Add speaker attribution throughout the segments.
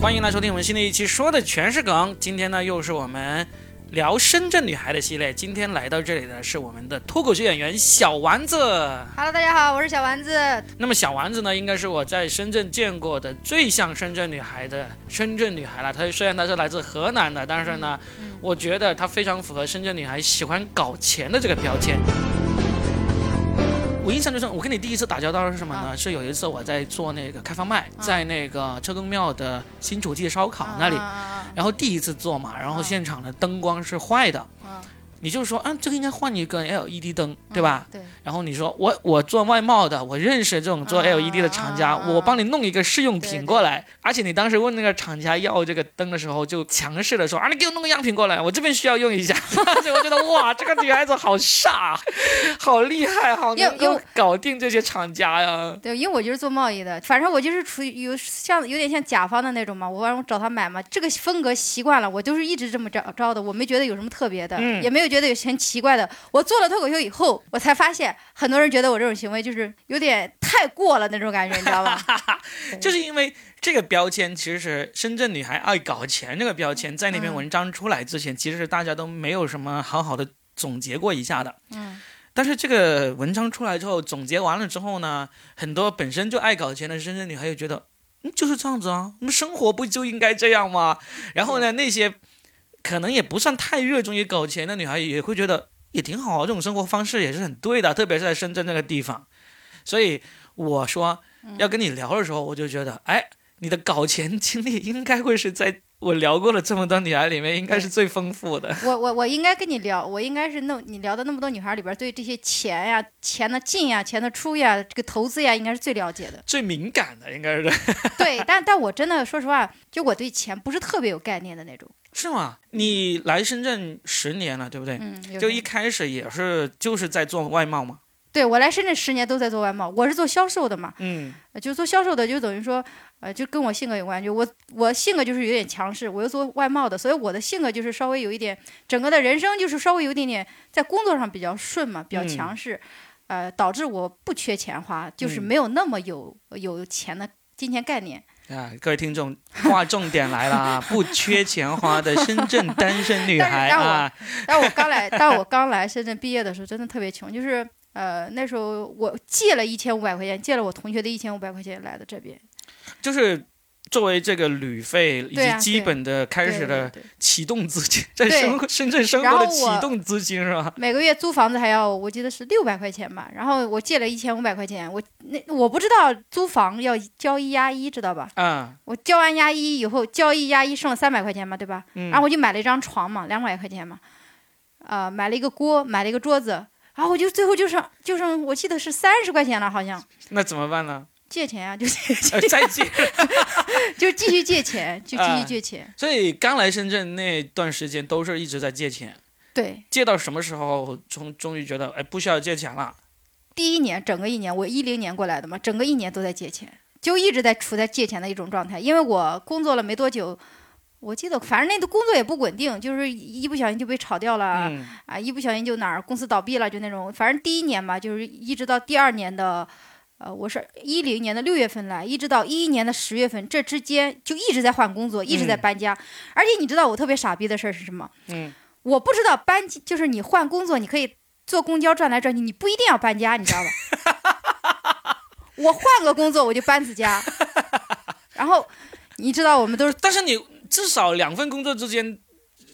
Speaker 1: 欢迎来收听我们新的一期，说的全是梗。今天呢，又是我们聊深圳女孩的系列。今天来到这里的是我们的脱口秀演员小丸子。
Speaker 2: Hello，大家好，我是小丸子。
Speaker 1: 那么小丸子呢，应该是我在深圳见过的最像深圳女孩的深圳女孩了。她虽然她是来自河南的，但是呢，
Speaker 2: 嗯
Speaker 1: 我觉得她非常符合深圳女孩喜欢搞钱的这个标签。我印象最深，我跟你第一次打交道是什么呢？是有一次我在做那个开放麦，
Speaker 2: 啊
Speaker 1: 在那个车公庙的新主记烧烤那里，
Speaker 2: 啊
Speaker 1: 然后第一次做嘛，然后
Speaker 2: 啊
Speaker 1: 现场的灯光是坏的，
Speaker 2: 啊啊
Speaker 1: 你就说，嗯，这个应该换一个 LED 灯，对吧？
Speaker 2: 嗯对，
Speaker 1: 然后你说我我做外贸的，我认识这种做
Speaker 2: 啊
Speaker 1: LED 的厂家，
Speaker 2: 啊啊
Speaker 1: 我帮你弄一个试用
Speaker 2: 对
Speaker 1: 品
Speaker 2: 对
Speaker 1: 过来。而且你当时问那个厂家要这个灯的时候，就强势的说啊，你给我弄个样品过来，我这边需要用一下。 所以我觉得哇，这个女孩子好飒， 好厉害，好
Speaker 2: 因为
Speaker 1: 能
Speaker 2: 因
Speaker 1: 够
Speaker 2: 为
Speaker 1: 搞定这些厂家呀。
Speaker 2: 对，因为我就是做贸易的，反正我就是处于有像有点像甲方的那种嘛，我反正找他买嘛，这个风格习惯了，我就是一直这么着招的，我没觉得有什么特别的，
Speaker 1: 嗯
Speaker 2: 也没有觉得有很奇怪的。我做了脱口秀以后，我才发现很多人觉得我这种行为就是有点太过了那种感觉，你知 道吧？
Speaker 1: 就是因为这个标签，其实“深圳女孩爱搞钱”这个标签，在那篇
Speaker 2: 嗯
Speaker 1: 文章出来之前，其实是大家都没有什么好好的总结过一下的。
Speaker 2: 嗯，
Speaker 1: 但是这个文章出来之后，总结完了之后呢，很多本身就爱搞钱的深圳女孩又觉得，嗯，就是这样子啊，那么生活不就应该这样吗？然后呢，那些可能也不算太热衷于搞钱的女孩也会觉得也挺好啊，这种生活方式也是很对的，特别是在深圳这个地方。所以我说要跟你聊的时候，我就觉得，哎，你的搞钱经历应该会是在我聊过的这么多女孩里面，应该是最丰富的。
Speaker 2: 我我我应该跟你聊，我应该是那你聊的那么多女孩里边，对这些钱呀、钱的进呀、钱的出呀、这个投资呀，应该是最了解的。
Speaker 1: 最敏感的应该是
Speaker 2: 对，但但我真的说实话，就我对钱不是特别有概念的那种。
Speaker 1: 是吗？你来深圳十年了，对不对？
Speaker 2: 嗯，有
Speaker 1: 就
Speaker 2: 时
Speaker 1: 一
Speaker 2: 候
Speaker 1: 开始也是就是在做外贸嘛。
Speaker 2: 对我来深圳十年都在做外贸，我是做销售的嘛，
Speaker 1: 嗯
Speaker 2: 呃就做销售的就等于说，呃，就跟我性格有关系。就我我性格就是有点强势，我又做外贸的，所以我的性格就是稍微有一点，整个的人生就是稍微有一点点在工作上比较顺嘛，比较
Speaker 1: 嗯
Speaker 2: 强势，呃，导致我不缺钱花，就是
Speaker 1: 嗯
Speaker 2: 没有那么有有钱的金钱概念。
Speaker 1: 啊，各位听众，划重点来了啊！不缺钱花的深圳单身女 孩啊，
Speaker 2: 但我刚来，但我刚来深圳毕业的时候，真的特别穷，就是呃那时候我借了一千五百块钱，借了我同学的一千五百块钱来的这边，
Speaker 1: 就是作为这个旅费以
Speaker 2: 对
Speaker 1: 及
Speaker 2: 啊
Speaker 1: 基本的开始
Speaker 2: 对对
Speaker 1: 的
Speaker 2: 对
Speaker 1: 启动资金，在
Speaker 2: 对
Speaker 1: 生活深圳生
Speaker 2: 然
Speaker 1: 活
Speaker 2: 后
Speaker 1: 的
Speaker 2: 我
Speaker 1: 启动资金是吧？
Speaker 2: 每个月租房子还要，我记得是六百块钱吧，然后我借了一千五百块钱，我那我不知道租房要交一押一，知道吧？
Speaker 1: 啊，
Speaker 2: 我交完押一以后，交一押一剩了三百块钱嘛，对吧？
Speaker 1: 嗯，
Speaker 2: 然后我就买了一张床嘛，两百块钱嘛，呃，买了一个锅，买了一个桌子，然后我就最后就剩就剩我记得是三十块钱了，好像
Speaker 1: 那怎么办 呢？
Speaker 2: 借钱啊，就借
Speaker 1: 呃，再见。
Speaker 2: 就继续借钱，就继续借钱。
Speaker 1: 所以刚来深圳那段时间都是一直在借钱，
Speaker 2: 对，
Speaker 1: 借到什么时候终终于觉得哎不需要借钱了？
Speaker 2: 第一年整个一年，我一零年过来的嘛，整个一年都在借钱，就一直在处在借钱的一种状态。因为我工作了没多久，我记得反正那个工作也不稳定，就是一不小心就被炒掉了、
Speaker 1: 嗯
Speaker 2: 啊，一不小心就哪儿公司倒闭了，就那种。反正第一年嘛，就是一直到第二年的。呃，我是一零年的六月份来，一直到一一年的十月份，这之间就一直在换工作，一直在
Speaker 1: 嗯
Speaker 2: 搬家。而且你知道我特别傻逼的事儿是什么？
Speaker 1: 嗯，
Speaker 2: 我不知道搬家就是你换工作，你可以坐公交转来转去，你不一定要搬家，你知道吧？我换个工作我就搬次家，然后你知道我们都是
Speaker 1: 但是你至少两份工作之间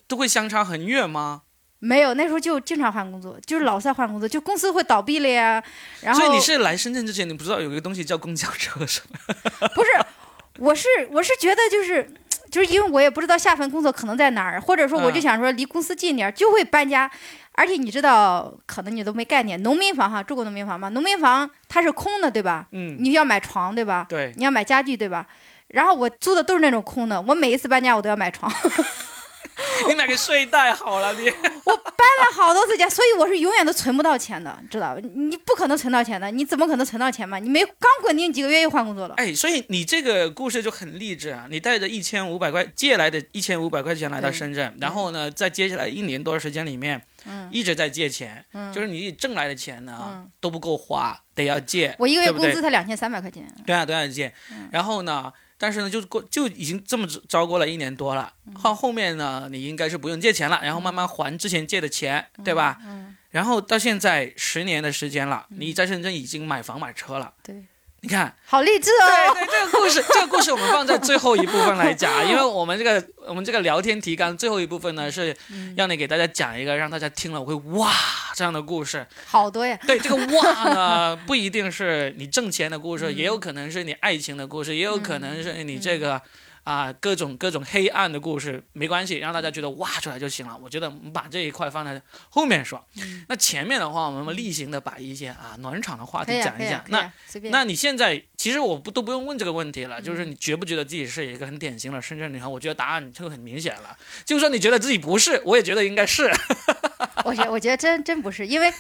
Speaker 1: 都会相差很远吗？
Speaker 2: 没有那时候就经常换工作，就是老在换工作，就公司会倒闭了呀。然后
Speaker 1: 所以你是来深圳之前，你不知道有一个东西叫公交车是吧？
Speaker 2: 不是，我是我是觉得就是就是因为我也不知道下份工作可能在哪儿，或者说我
Speaker 1: 嗯
Speaker 2: 就想说离公司近点儿就会搬家，而且你知道可能你都没概念，农民房哈住过农民房吗？农民房它是空的对吧？
Speaker 1: 嗯，
Speaker 2: 你要买床对吧？
Speaker 1: 对，
Speaker 2: 你要买家具对吧？然后我租的都是那种空的，我每一次搬家我都要买床，
Speaker 1: 你买个睡袋好了，你
Speaker 2: 搬了好多次家，所以我是永远都存不到钱的，知道吧？你不可能存到钱的，你怎么可能存到钱嘛？你没刚稳定几个月又换工作了，
Speaker 1: 哎，所以你这个故事就很励志啊！你带着一千五百块借来的一千五百块钱来到
Speaker 2: 对
Speaker 1: 深圳，然后呢，在接下来一年多的时间里面，
Speaker 2: 嗯
Speaker 1: 一直在借钱，
Speaker 2: 嗯，
Speaker 1: 就是你挣来的钱呢、
Speaker 2: 嗯
Speaker 1: 都不够花，得要借。
Speaker 2: 我一个月嗯
Speaker 1: 对不
Speaker 2: 工
Speaker 1: 对
Speaker 2: 资才两千三百块钱，
Speaker 1: 对啊，对啊，姐。然后呢，但是呢，就过就已经这么糟过了一年多了。
Speaker 2: 嗯
Speaker 1: 后后面呢，你应该是不用借钱了，然后慢慢还之前借的钱，对吧？
Speaker 2: 嗯，
Speaker 1: 然后到现在十年的时间了，你在深圳已经买房买车了。
Speaker 2: 对，
Speaker 1: 你看，
Speaker 2: 好励志哦。
Speaker 1: 对对，这个故事，这个故事我们放在最后一部分来讲，啊因为我们这个我们这个聊天提纲最后一部分呢是
Speaker 2: 嗯，
Speaker 1: 让你给大家讲一个让大家听了我会哇这样的故事。
Speaker 2: 好多呀。
Speaker 1: 对这个哇呢，不一定是你挣钱的故事，
Speaker 2: 嗯
Speaker 1: 也有可能是你爱情的故事，也有可能是你这个啊、各种各种黑暗的故事，没关系，让大家觉得哇出来就行了。我觉得我们把这一块放在后面说，
Speaker 2: 嗯
Speaker 1: 那前面的话，我们例行的把一些啊暖场的话
Speaker 2: 可
Speaker 1: 题
Speaker 2: 以啊
Speaker 1: 讲
Speaker 2: 可
Speaker 1: 一
Speaker 2: 以
Speaker 1: 讲
Speaker 2: 啊。可以
Speaker 1: 那
Speaker 2: 啊随便。
Speaker 1: 那你现在其实我不都不用问这个问题了，就是
Speaker 2: 嗯
Speaker 1: 你觉不觉得自己是一个很典型的深圳女孩？我觉得答案就很明显了，就算你觉得自己不是，我也觉得应该是。
Speaker 2: 我觉我觉得真真不是，因为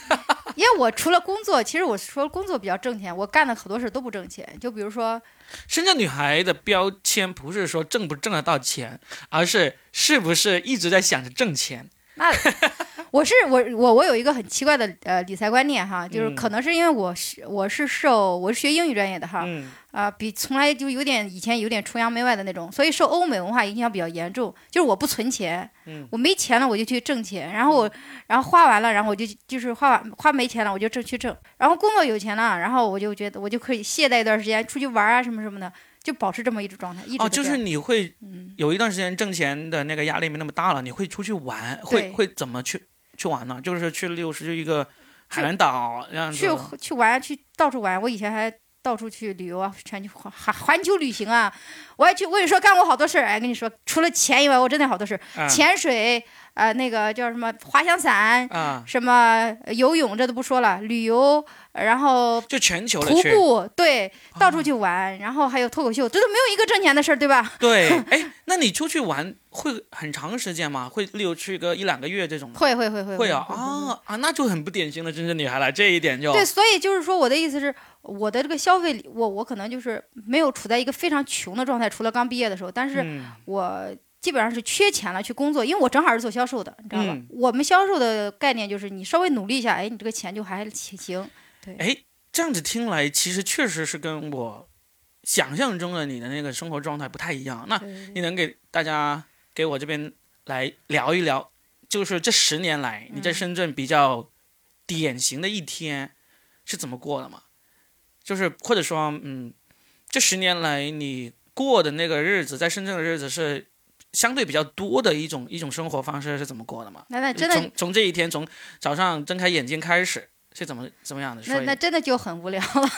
Speaker 2: 因为我除了工作，其实我除了工作比较挣钱，我干的好多事都不挣钱。就比如说，
Speaker 1: 深圳女孩的标签不是说挣不挣得到钱，而是是不是一直在想着挣钱。
Speaker 2: 我是我我我有一个很奇怪的呃理财观念哈，就是
Speaker 1: 嗯
Speaker 2: 可能是因为我是我是受我是学英语专业的哈，啊、
Speaker 1: 嗯
Speaker 2: 比从来就有点以前有点崇洋媚外的那种，所以受欧美文化影响比较严重。就是我不存钱，
Speaker 1: 嗯
Speaker 2: 我没钱了我就去挣钱，然后我然后花完了，然后我就就是花完花没钱了我就挣去挣，然后工作有钱了，然后我就觉得我就可以懈怠一段时间，出去玩啊什么什么的，就保持这么一种状态，一直
Speaker 1: 哦，
Speaker 2: 都
Speaker 1: 就
Speaker 2: 这
Speaker 1: 是
Speaker 2: 样
Speaker 1: 你会
Speaker 2: 嗯，
Speaker 1: 有一段时间挣钱的那个压力没那么大了，你会出去玩，会
Speaker 2: 对
Speaker 1: 会怎么去去玩呢？就是去六十去一个海南岛这样子
Speaker 2: 去
Speaker 1: 吗。
Speaker 2: 去玩去到处玩，我以前还到处去旅游啊，全球环环环球旅行啊，我还去我跟你说干过好多事儿，哎，跟你说除了钱以外，我真的好多事儿，
Speaker 1: 啊
Speaker 2: 潜水呃那个叫什么滑翔伞，
Speaker 1: 啊，
Speaker 2: 什么呃游泳这都不说了，旅游，呃然后
Speaker 1: 就全球的
Speaker 2: 徒
Speaker 1: 去。哦
Speaker 2: 步，对，到处去玩，然后还有脱口秀，这都没有一个挣钱的事儿，对吧？
Speaker 1: 对，哎，那你出去玩会很长时间吗？会例如去个一两个月这种吗？
Speaker 2: 会会会会
Speaker 1: 会啊啊啊，那就很不典型的真正女孩了，这一点就
Speaker 2: 对，所以就是说，我的意思是，我的这个消费里，我我可能就是没有处在一个非常穷的状态，除了刚毕业的时候，但是
Speaker 1: 嗯
Speaker 2: 我基本上是缺钱了去工作，因为我正好是做销售的，你知道吧？
Speaker 1: 嗯
Speaker 2: 我们销售的概念就是你稍微努力一下，哎，你这个钱就还行。
Speaker 1: 哎，这样子听来，其实确实是跟我想象中的你的那个生活状态不太一
Speaker 2: 啊
Speaker 1: 样。那你能给大家给我这边来聊一聊，就是这十年来
Speaker 2: 嗯
Speaker 1: 你在深圳比较典型的一天是怎么过的吗？就是或者说，嗯，这十年来你过的那个日子，在深圳的日子是相对比较多的一种一种生活方式是怎么过的吗？
Speaker 2: 那那真的
Speaker 1: 从从这一天，从早上睁开眼睛开始是怎么怎么样的？说
Speaker 2: 那
Speaker 1: 一
Speaker 2: 那
Speaker 1: 下
Speaker 2: 真的就很无聊了，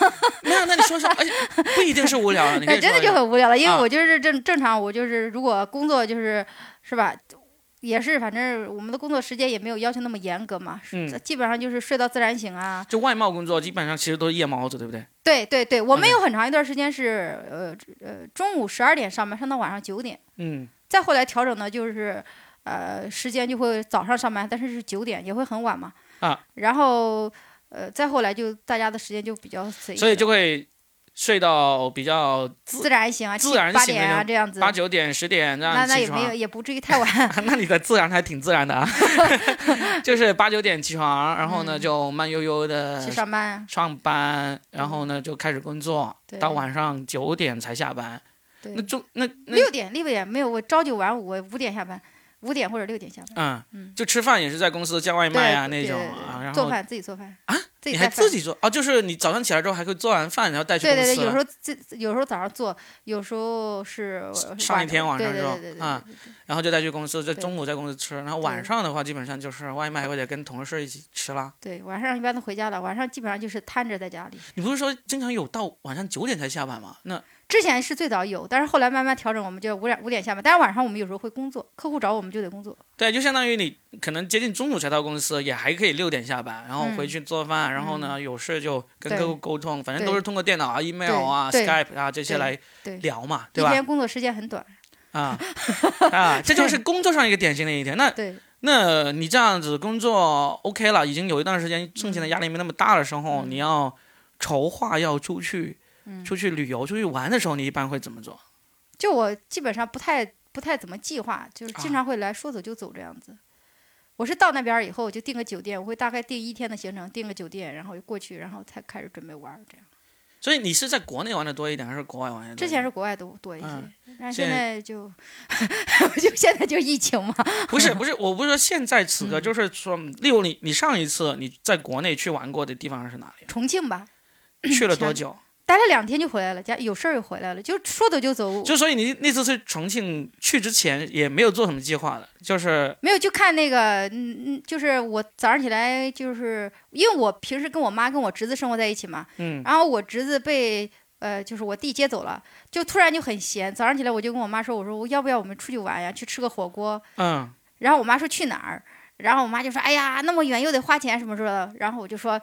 Speaker 1: 那那你说说，而且不一定是无聊啊，你可
Speaker 2: 那
Speaker 1: 以说
Speaker 2: 真
Speaker 1: 一
Speaker 2: 的就
Speaker 1: 下
Speaker 2: 很无聊了，因为
Speaker 1: 啊
Speaker 2: 我就是正正常，我就是如果工作就是是吧，也是反正我们的工作时间也没有要求那么严格嘛，
Speaker 1: 嗯
Speaker 2: 基本上就是睡到自然醒啊。
Speaker 1: 就外贸工作基本上其实都是夜猫子，对不对？
Speaker 2: 对对对，我们
Speaker 1: OK
Speaker 2: 有很长一段时间是呃呃中午十二点上班，上到晚上九点，
Speaker 1: 嗯，
Speaker 2: 再后来调整呢就是呃时间就会早上上班，但是是九点也会很晚嘛。
Speaker 1: 啊，
Speaker 2: 然后呃再后来就大家的时间就比较随意了，
Speaker 1: 所以就会睡到比较
Speaker 2: 自然醒啊，
Speaker 1: 自
Speaker 2: 七
Speaker 1: 然
Speaker 2: 八
Speaker 1: 醒
Speaker 2: 点
Speaker 1: 那
Speaker 2: 啊
Speaker 1: 种
Speaker 2: 这样子。
Speaker 1: 八九点、十点这
Speaker 2: 那
Speaker 1: 样
Speaker 2: 那
Speaker 1: 起
Speaker 2: 也没有，
Speaker 1: 床。啊
Speaker 2: 也不至于太晚。
Speaker 1: 那你的自然还挺自然的啊，就是八九点起床，然后呢
Speaker 2: 嗯
Speaker 1: 就慢悠悠的
Speaker 2: 去上班，啊
Speaker 1: 上班，然后呢就开始工作，
Speaker 2: 对
Speaker 1: 到晚上九点才下班。
Speaker 2: 对
Speaker 1: 那，中那那
Speaker 2: 六点六点没有，我朝九晚五，我五点下班，五点或者六点下班。
Speaker 1: 嗯
Speaker 2: 嗯，
Speaker 1: 就吃饭也是在公司叫外
Speaker 2: 对
Speaker 1: 卖啊
Speaker 2: 对
Speaker 1: 那种
Speaker 2: 对对
Speaker 1: 啊，然
Speaker 2: 做
Speaker 1: 后
Speaker 2: 饭自己做饭
Speaker 1: 啊，
Speaker 2: 自己
Speaker 1: 你
Speaker 2: 带
Speaker 1: 还
Speaker 2: 饭
Speaker 1: 自。己做哦，就是你早上起来之后还可以做完饭，然后带去
Speaker 2: 对
Speaker 1: 公司。啊
Speaker 2: 对对，有时候自有时候早上做，有时候是
Speaker 1: 上一天晚上
Speaker 2: 对
Speaker 1: 是吧
Speaker 2: 对对对对
Speaker 1: 啊
Speaker 2: 对对对
Speaker 1: 然后就带去公司，在
Speaker 2: 对
Speaker 1: 中午在公司吃，然后晚上的话基本上就是外卖或者跟同事一起吃啦。
Speaker 2: 对，晚上一般都回家了，晚上基本上就是瘫着在家里。
Speaker 1: 你不是说经常有到晚上九点才下班吗？那
Speaker 2: 之前是最早有，但是后来慢慢调整，我们就五点五点下班，但是晚上我们有时候会工作，客户找我们就得工作。
Speaker 1: 对，就相当于你可能接近中午才到公司，也还可以六点下班，然后回去做饭，然后呢有事就跟
Speaker 2: 嗯对
Speaker 1: 客户沟通，反正
Speaker 2: 对
Speaker 1: 都是通过电脑啊、email 啊、
Speaker 2: 对
Speaker 1: Skype 啊这些
Speaker 2: 对
Speaker 1: 来
Speaker 2: 对，
Speaker 1: 聊嘛，
Speaker 2: 一
Speaker 1: 对吧
Speaker 2: 天？工作时间很短。
Speaker 1: 啊啊，这就是工作上一个典型的一天。那
Speaker 2: 对，
Speaker 1: 那你这样子工作 OK 了，已经有一段时间挣钱的压力没那么大的时候，
Speaker 2: 嗯
Speaker 1: 你要筹划要出去、
Speaker 2: 嗯，
Speaker 1: 出去旅游、出去玩的时候，你一般会怎么做？
Speaker 2: 就我基本上不太不太怎么计划，就是经
Speaker 1: 啊
Speaker 2: 常会来说走就走这样子。我是到那边儿以后，我就订个酒店，我会大概订一天的行程，订个酒店，然后就过去，然后才开始准备玩儿这样。
Speaker 1: 所以你是在国内玩的多一点，还是国外玩的？
Speaker 2: 之前是国外多多一些
Speaker 1: 嗯，
Speaker 2: 但
Speaker 1: 现
Speaker 2: 现
Speaker 1: 在
Speaker 2: 在就 就现在就疫情嘛，
Speaker 1: 不是不是，我不是说现在此
Speaker 2: 嗯
Speaker 1: 刻，就是说，例如你你上一次你在国内去玩过的地方是哪里？
Speaker 2: 重庆吧，嗯
Speaker 1: 去了多久？
Speaker 2: 待了两天就回来了，家有事儿就回来了，就说走就走，
Speaker 1: 就所以你那次去重庆去之前也没有做什么计划的，就是
Speaker 2: 没有就看那个，嗯嗯，就是我早上起来就是因为我平时跟我妈跟我侄子生活在一起嘛，
Speaker 1: 嗯
Speaker 2: 然后我侄子被呃就是我弟接走了，就突然就很闲，早上起来我就跟我妈说，我说我要不要我们出去玩呀，去吃个火锅，
Speaker 1: 嗯
Speaker 2: 然后我妈说去哪儿，然后我妈就说哎呀那么远又得花钱什么什么的，然后我就说。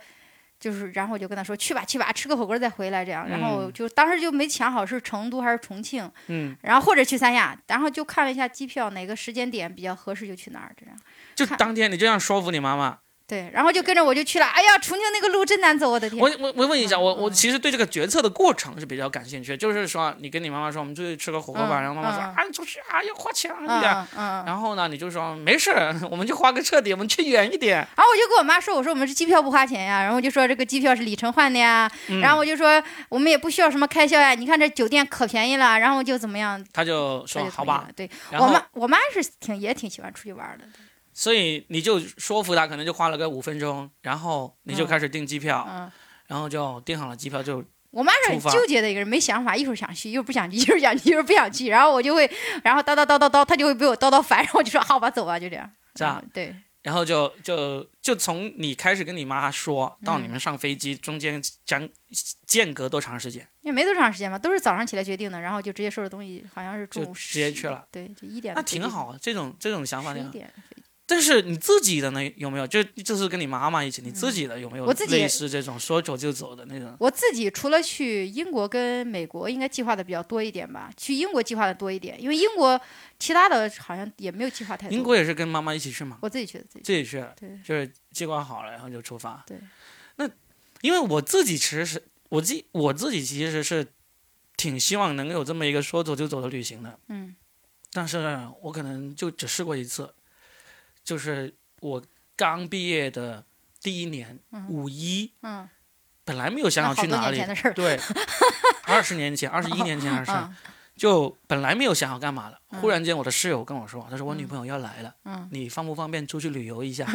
Speaker 2: 就是，然后我就跟他说去吧去吧，吃个火锅再回来这样。然后
Speaker 1: 嗯
Speaker 2: 就当时就没想好是成都还是重庆，
Speaker 1: 嗯，
Speaker 2: 然后或者去三亚，然后就看了一下机票哪个时间点比较合适就去哪儿，这样。
Speaker 1: 就
Speaker 2: 看
Speaker 1: 当天你就这样说服你妈妈。
Speaker 2: 对，然后就跟着我就去了。哎呀，重庆那个路真难走，我的天！
Speaker 1: 我我我问一下，
Speaker 2: 嗯
Speaker 1: 我我
Speaker 2: 嗯
Speaker 1: 其实对这个决策的过程是比较感兴趣，就是说你跟你妈妈说我们出去吃个火锅吧，
Speaker 2: 嗯
Speaker 1: 然后妈妈说
Speaker 2: 嗯
Speaker 1: 啊你出去啊要花钱
Speaker 2: 嗯
Speaker 1: 啊呀，
Speaker 2: 嗯嗯，
Speaker 1: 然后呢你就说没事儿， 我们就花个彻底，我们去远一点。
Speaker 2: 然后我就跟我妈说，我说我们是机票不花钱呀，然后我就说这个机票是里程换的呀，
Speaker 1: 嗯
Speaker 2: 然后我就说我们也不需要什么开销呀，你看这酒店可便宜了，然后就怎么样，
Speaker 1: 他就
Speaker 2: 她
Speaker 1: 说
Speaker 2: 就
Speaker 1: 好
Speaker 2: 同意
Speaker 1: 吧
Speaker 2: 了。，对
Speaker 1: 然
Speaker 2: 我
Speaker 1: 后
Speaker 2: 妈我妈是挺也挺喜欢出去玩的，
Speaker 1: 所以你就说服他，可能就花了个五分钟，然后你就
Speaker 2: 嗯
Speaker 1: 开始订机票，
Speaker 2: 嗯。
Speaker 1: 然后就订好了机票就
Speaker 2: 我妈是很
Speaker 1: 出发
Speaker 2: 纠结的一个人，没想法，一会儿想去，一会儿不想去，一会儿想去，一会儿不想去，然后我就会，然后叨叨叨叨叨，她就会被我叨叨烦，然后我就说好吧，走吧，就这样。
Speaker 1: 这样
Speaker 2: 嗯对，
Speaker 1: 然后就就就从你开始跟你妈说
Speaker 2: 嗯
Speaker 1: 到你们上飞机、中间将间隔多长时间？
Speaker 2: 也没多长时间嘛，都是早上起来决定的，然后就直接收拾东西，好像是中
Speaker 1: 就
Speaker 2: 午
Speaker 1: 直接
Speaker 2: 11
Speaker 1: 去了。
Speaker 2: 对，就一点
Speaker 1: 那挺好，啊，这种这种想法
Speaker 2: 十
Speaker 1: 挺
Speaker 2: 一
Speaker 1: 好。
Speaker 2: 点。
Speaker 1: 但是你自己的呢有没有？就这次跟你妈妈一起，你自己的有没有
Speaker 2: 嗯我自己
Speaker 1: 类似这种说走就走的那种？
Speaker 2: 我自己除了去英国跟美国，应该计划的比较多一点吧。去英国计划的多一点，因为英国其他的好像也没有计划太多。
Speaker 1: 英国也是跟妈妈一起去嘛，
Speaker 2: 我自己去的，自己去
Speaker 1: 自己去了，
Speaker 2: 对
Speaker 1: 就是计划好了，然后就出发。
Speaker 2: 对，
Speaker 1: 那因为我自己其实是我自己我自己其实是挺希望能有这么一个说走就走的旅行的，
Speaker 2: 嗯
Speaker 1: 但是我可能就只试过一次，就是我刚毕业的第一年，五一
Speaker 2: 嗯，
Speaker 1: 本来没有想
Speaker 2: 那
Speaker 1: 好
Speaker 2: 好
Speaker 1: 去
Speaker 2: 多
Speaker 1: 哪
Speaker 2: 年
Speaker 1: 里
Speaker 2: 前，的事儿。
Speaker 1: 对，二十年前、二十一年前还是啥
Speaker 2: 嗯
Speaker 1: 就本来没有想好干嘛的，
Speaker 2: 嗯
Speaker 1: 忽然间我的室友跟我说，他说我女
Speaker 2: 嗯
Speaker 1: 朋友要来了，
Speaker 2: 嗯，
Speaker 1: 你方不方便出去旅游一 下？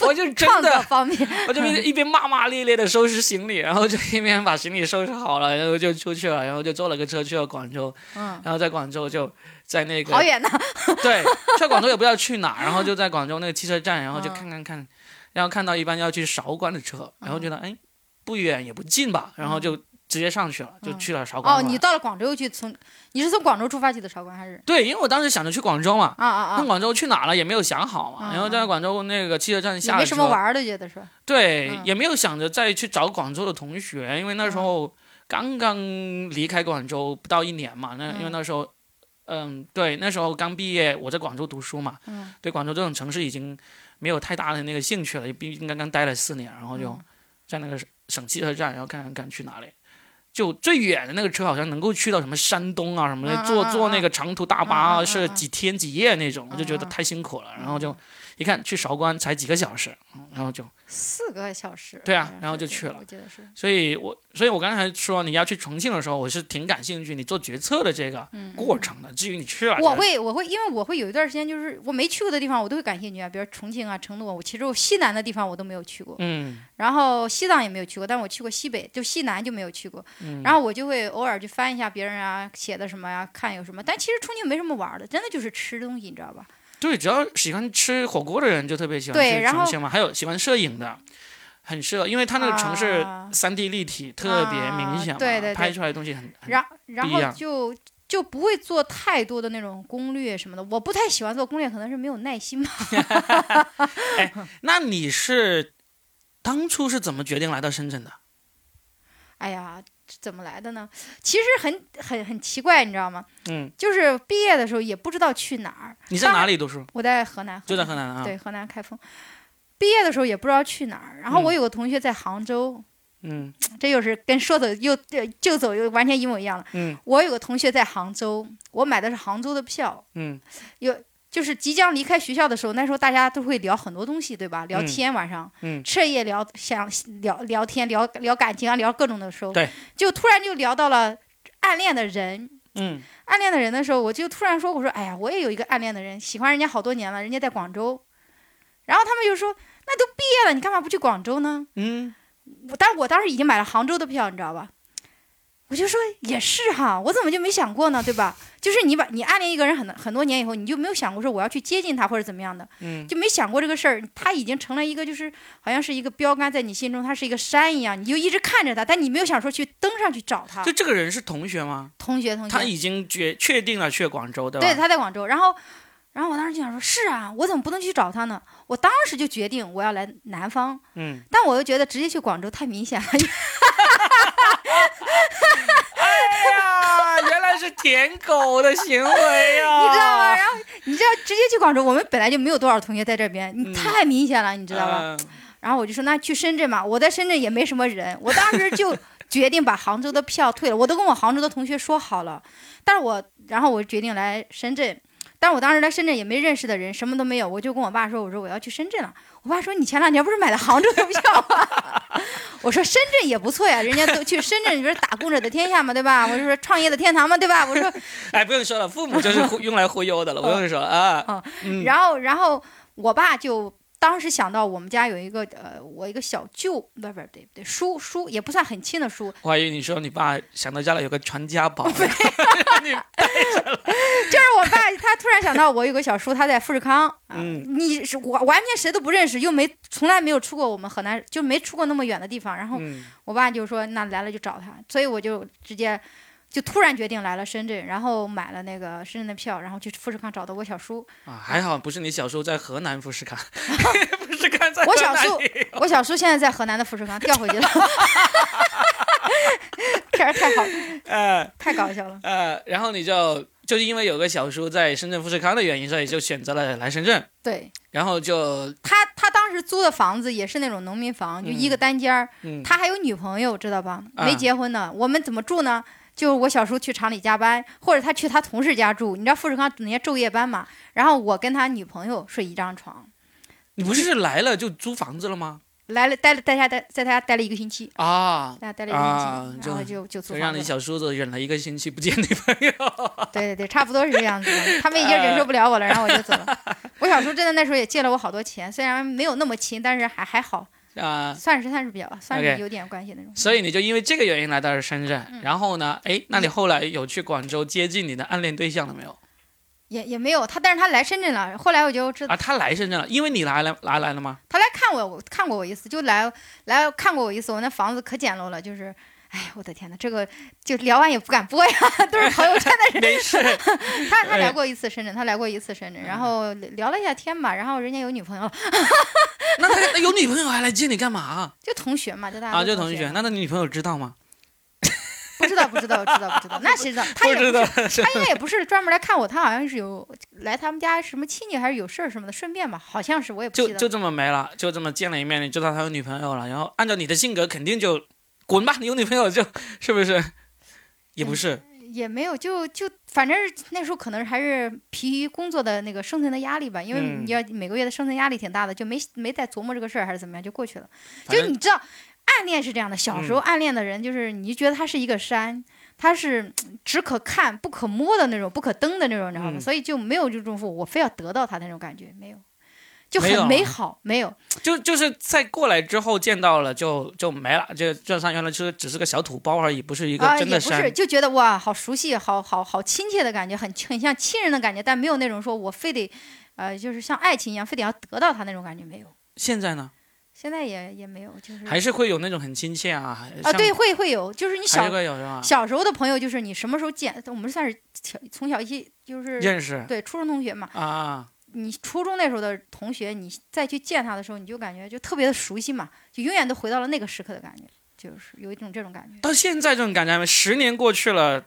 Speaker 1: 我就真
Speaker 2: 创嗯
Speaker 1: 的
Speaker 2: 作 方面，
Speaker 1: 我这边一边骂骂咧咧的收拾行李，然后就一边把行李收拾好了，然后就出去了，然后就坐了个车去了广州，
Speaker 2: 嗯，
Speaker 1: 然后在广州就在那个
Speaker 2: 好远呐。
Speaker 1: 对，在广州也不知道去哪儿，然后就在广州那个汽车站，然后就
Speaker 2: 嗯
Speaker 1: 看看看，然后看到一班要去韶关的车，然后觉得哎不远也不近吧，然后就直接上去了，就去了韶关
Speaker 2: 嗯哦，
Speaker 1: 玩。
Speaker 2: 你到了广州去，从你是从广州出发去的韶关还是？
Speaker 1: 对，因为我当时想着去广州嘛，
Speaker 2: 啊啊
Speaker 1: 那
Speaker 2: 啊！
Speaker 1: 广州去哪了也没有想好嘛，
Speaker 2: 嗯
Speaker 1: 然后在广州那个汽车站
Speaker 2: 也
Speaker 1: 下
Speaker 2: 没
Speaker 1: 了
Speaker 2: 什
Speaker 1: 车，
Speaker 2: 么玩儿的，觉得是吧？
Speaker 1: 对，
Speaker 2: 嗯
Speaker 1: 也没有想着再去找广州的同学，因为那时候刚刚离开广州不到一年嘛，那因为
Speaker 2: 嗯
Speaker 1: 那时候，嗯，对，那时候刚毕业，我在广州读书嘛，
Speaker 2: 嗯
Speaker 1: 对广州这种城市已经没有太大的那个兴趣了，毕竟刚刚待了四年，然后就
Speaker 2: 嗯
Speaker 1: 在那个省汽车站，然后看看看去哪里。就最远的那个车好像能够去到什么山东啊什么的，
Speaker 2: 嗯
Speaker 1: 坐
Speaker 2: 嗯
Speaker 1: 坐
Speaker 2: 嗯
Speaker 1: 那个长途大巴
Speaker 2: 嗯
Speaker 1: 啊
Speaker 2: 嗯嗯
Speaker 1: 是
Speaker 2: 嗯
Speaker 1: 几天几夜那种，我就觉得
Speaker 2: 嗯嗯
Speaker 1: 太辛苦了。然后就一看去韶关才几个小时，嗯然后就
Speaker 2: 四个小时。
Speaker 1: 对啊
Speaker 2: 好像
Speaker 1: 然后就
Speaker 2: 是对
Speaker 1: 去了
Speaker 2: 我记得是。
Speaker 1: 所以我，所以我刚才说你要去重庆的时候，我是挺感兴趣你做决策的这个
Speaker 2: 嗯
Speaker 1: 过程的。至于你去了，
Speaker 2: 我会，我会，因为我会有一段时间，就是我没去过的地方，我都会感兴趣啊，比如重庆啊、成都啊。我其实我西南的地方我都没有去过，
Speaker 1: 嗯，
Speaker 2: 然后西藏也没有去过，但我去过西北，就西南就没有去过。
Speaker 1: 嗯
Speaker 2: 然后我就会偶尔去翻一下别人啊写的什么呀、看有什么。但其实重庆没什么玩儿的，真的就是吃东西，你知道吧？
Speaker 1: 对，只要喜欢吃火锅的人就特别喜欢
Speaker 2: 对
Speaker 1: 去
Speaker 2: 然后
Speaker 1: 重庆嘛。还有喜欢摄影的，很适合，因为它那个城市
Speaker 2: 啊
Speaker 1: 三 D 立体、特别明显嘛，
Speaker 2: 对对对
Speaker 1: 拍出来的东西很很
Speaker 2: 然然
Speaker 1: 不一
Speaker 2: 后
Speaker 1: 样
Speaker 2: 就就不会做太多的那种攻略什么的。我不太喜欢做攻略，可能是没有耐心吧。
Speaker 1: 那你是当初是怎么决定来到深圳的？
Speaker 2: 哎呀，这怎么来的呢？其实很很很奇怪，你知道吗？
Speaker 1: 嗯，
Speaker 2: 就是毕业的时候也不知道去哪儿。
Speaker 1: 你在
Speaker 2: 当
Speaker 1: 哪里读书？
Speaker 2: 我在河南，
Speaker 1: 就在河南啊。
Speaker 2: 对，河南开封。毕业的时候也不知道去哪儿，然后我
Speaker 1: 嗯
Speaker 2: 有个同学在杭州，
Speaker 1: 嗯
Speaker 2: 这又是跟说走又呃就走又完全一模一样了。
Speaker 1: 嗯
Speaker 2: 我有个同学在杭州，我买的是杭州的票，
Speaker 1: 嗯，
Speaker 2: 有就是即将离开学校的时候，那时候大家都会聊很多东西，对吧？聊
Speaker 1: 嗯
Speaker 2: 天晚上，
Speaker 1: 嗯
Speaker 2: 彻夜聊，想聊聊天，聊聊感情啊，聊各种的时候，
Speaker 1: 对，
Speaker 2: 就突然就聊到了暗恋的人。
Speaker 1: 嗯
Speaker 2: 暗恋的人的时候，我就突然说：“我说，哎呀，我也有一个暗恋的人，喜欢人家好多年了，人家在广州。”然后他们就说：“那都毕业了，你干嘛不去广州呢
Speaker 1: 嗯，？”
Speaker 2: 我，但是我当时已经买了杭州的票，你知道吧？我就说也是哈，我怎么就没想过呢，对吧？就是你把你暗恋一个人很很多年以后，你就没有想过说我要去接近他或者怎么样的，
Speaker 1: 嗯
Speaker 2: 就没想过这个事儿。他已经成了一个就是好像是一个标杆，在你心中他是一个山一样，你就一直看着他，但你没有想说去登上去找他。
Speaker 1: 就这个人是同学吗？
Speaker 2: 同学，同学，
Speaker 1: 他已经决确定了去广州，对吧？
Speaker 2: 对，他在广州。然后，然后我当时就想说，是啊，我怎么不能去找他呢？我当时就决定我要来南方，
Speaker 1: 嗯，
Speaker 2: 但我又觉得直接去广州太明显了。
Speaker 1: 哎呀，原来是舔狗的行为呀、
Speaker 2: 你知道
Speaker 1: 哦
Speaker 2: 吗？然后你知道直接去广州，我们本来就没有多少同学在这边，你
Speaker 1: 嗯
Speaker 2: 太明显了，你知道吧？
Speaker 1: 嗯
Speaker 2: 然后我就说那去深圳吧，我在深圳也没什么人，我当时就决定把杭州的票退了，我都跟我杭州的同学说好了，但是我然后我决定来深圳。但是我当时来深圳也没认识的人，什么都没有，我就跟我爸说：“我说我要去深圳了。”我爸说：“你前两天不是买的杭州的票吗？” 我说：“深圳也不错呀，人家都去深圳，你说打工者的天下嘛，对吧？我就说创业的天堂嘛，对吧？我说
Speaker 1: 哎，不用说了，父母就是忽用来忽悠 的了，不用说了啊。
Speaker 2: 哦然后，然后我爸就当时想到我们家有一个呃，我一个小舅，不是不是对不对，叔叔也不算很亲的 叔，
Speaker 1: 我还以为你说你爸想到家里有个传家 宝，你
Speaker 2: 就是我爸他突然想到我有个小叔，他在富士康，啊、
Speaker 1: 嗯
Speaker 2: 你是我完全谁都不认识，又没从来没有出过我们河南，就没出过那么远的地方，然后
Speaker 1: 嗯
Speaker 2: 我爸就说那来了就找他，所以我就直接就突然决定来了深圳，然后买了那个深圳的票，然后去富士康找的我小 叔，
Speaker 1: 啊，还好不是你小时候在河南富 士康，富士康在
Speaker 2: 我
Speaker 1: 河
Speaker 2: 小
Speaker 1: 南
Speaker 2: 叔
Speaker 1: 里，
Speaker 2: 我小叔现在在河南的富士康调回去了， 这儿太好
Speaker 1: 呃
Speaker 2: 太搞笑了。
Speaker 1: 呃，然后你就就是因为有个小叔在深圳富士康的原因，所以就选择了来深圳，
Speaker 2: 对
Speaker 1: 然后就
Speaker 2: 他，他当时租的房子也是那种农民房，就一个单间儿。
Speaker 1: 嗯
Speaker 2: 他还有女朋友，知道吧？
Speaker 1: 啊
Speaker 2: 没结婚呢。我们怎么住呢？就是我小叔去厂里加班，或者他去他同事家住。你知道富士康人家昼夜班嘛？然后我跟他女朋友睡一张床，
Speaker 1: 你不是来了就租房子了吗？
Speaker 2: 来了待了待家待在他家待了一个星期，
Speaker 1: 啊，
Speaker 2: 在他待了一个星期，
Speaker 1: 啊
Speaker 2: 然后
Speaker 1: 这
Speaker 2: 就就租
Speaker 1: 就
Speaker 2: 房
Speaker 1: 让
Speaker 2: 子
Speaker 1: 你
Speaker 2: 了
Speaker 1: 小叔子忍了一个星期不见女朋友，
Speaker 2: 对对对，差不多是这样子的。他们已经忍受不了我了，然后我就走了。 我小叔真的那时候也借了我好多钱，虽然没有那么亲，但是还还好，
Speaker 1: 啊，
Speaker 2: 算是算是比较算
Speaker 1: OK
Speaker 2: 是有点关系那种。
Speaker 1: 所以你就因为这个原因来到了深圳，
Speaker 2: 嗯
Speaker 1: 然后呢，哎，那你后来有去广州接近你的暗恋对象了没有？
Speaker 2: 也也没有他，但是他来深圳了。后来我就知道
Speaker 1: 啊，他来深圳了，因为你来了，来来了吗？
Speaker 2: 他来看我，我看过我一次，就来来看过我一次。我那房子可简陋了，就是。哎，我的天哪，这个就聊完也不敢播呀， 都是朋友圈的人。
Speaker 1: 没事，
Speaker 2: 他他
Speaker 1: 哎嗯
Speaker 2: 来过一次深圳，他来过一次深圳，然后聊了一下天吧，然后人家有女朋友了，
Speaker 1: 那他那有女朋友还来接你干 嘛
Speaker 2: 就同学嘛，就大家
Speaker 1: 啊？
Speaker 2: 都
Speaker 1: 就同学，那他女朋友知道吗？
Speaker 2: 不知道不知道知道不知道，那谁 知道？他也
Speaker 1: 不知道，
Speaker 2: 他应该也不是专门来看我，他好像是有来他们家什么亲戚还是有事儿什么的，顺便吧，好像是我也不
Speaker 1: 就
Speaker 2: 记得。
Speaker 1: 就这么没了，就这么见了一面，你知道他有女朋友了，然后按照你的性格，肯定就滚吧，你有女朋友就是不 是？也不是，
Speaker 2: 也没有，就就反正是那时候可能还是疲于工作的那个生存的压力吧，因为
Speaker 1: 嗯
Speaker 2: 你要每个月的生存压力挺大的，就没没再琢磨这个事儿还是怎么样就过去了。
Speaker 1: 反
Speaker 2: 就
Speaker 1: 正嗯
Speaker 2: 你知道，暗恋是这样的，小时候暗恋的人就是你觉得他是一个山，他是嗯只可看不可摸的那种，不可登的那种，你知道吗？
Speaker 1: 嗯
Speaker 2: 所以就没有这种说我非要得到他那种感觉，没有，就
Speaker 1: 没有啊
Speaker 2: 很美好，没有。
Speaker 1: 就就是在过来之后见到了就就没了，就这山原来就是只是个小土包而已，不是一个
Speaker 2: 啊，
Speaker 1: 真的
Speaker 2: 也不
Speaker 1: 山
Speaker 2: 是，。就觉得哇，好熟悉，好好好亲切的感觉，很很像亲人的感觉，但没有那种说我非得，呃，就是像爱情一样，非得要得到他那种感觉，没有。
Speaker 1: 现在呢？
Speaker 2: 现在也也没有，就是
Speaker 1: 还是会有那种很亲切啊，
Speaker 2: 嗯啊，
Speaker 1: 像
Speaker 2: 对，，会会有，就是你
Speaker 1: 还是
Speaker 2: 小
Speaker 1: 会有是吧？
Speaker 2: 小时候的朋友，就是你什么时候见，我们算是小从小一起就是
Speaker 1: 认识
Speaker 2: 对初中同学嘛，
Speaker 1: 啊，
Speaker 2: 你初中那时候的同学，你再去见他的时候，你就感觉就特别的熟悉嘛，就永远都回到了那个时刻的感觉，就是有一种这种感觉。
Speaker 1: 到现在这种感觉还没，十年过去了，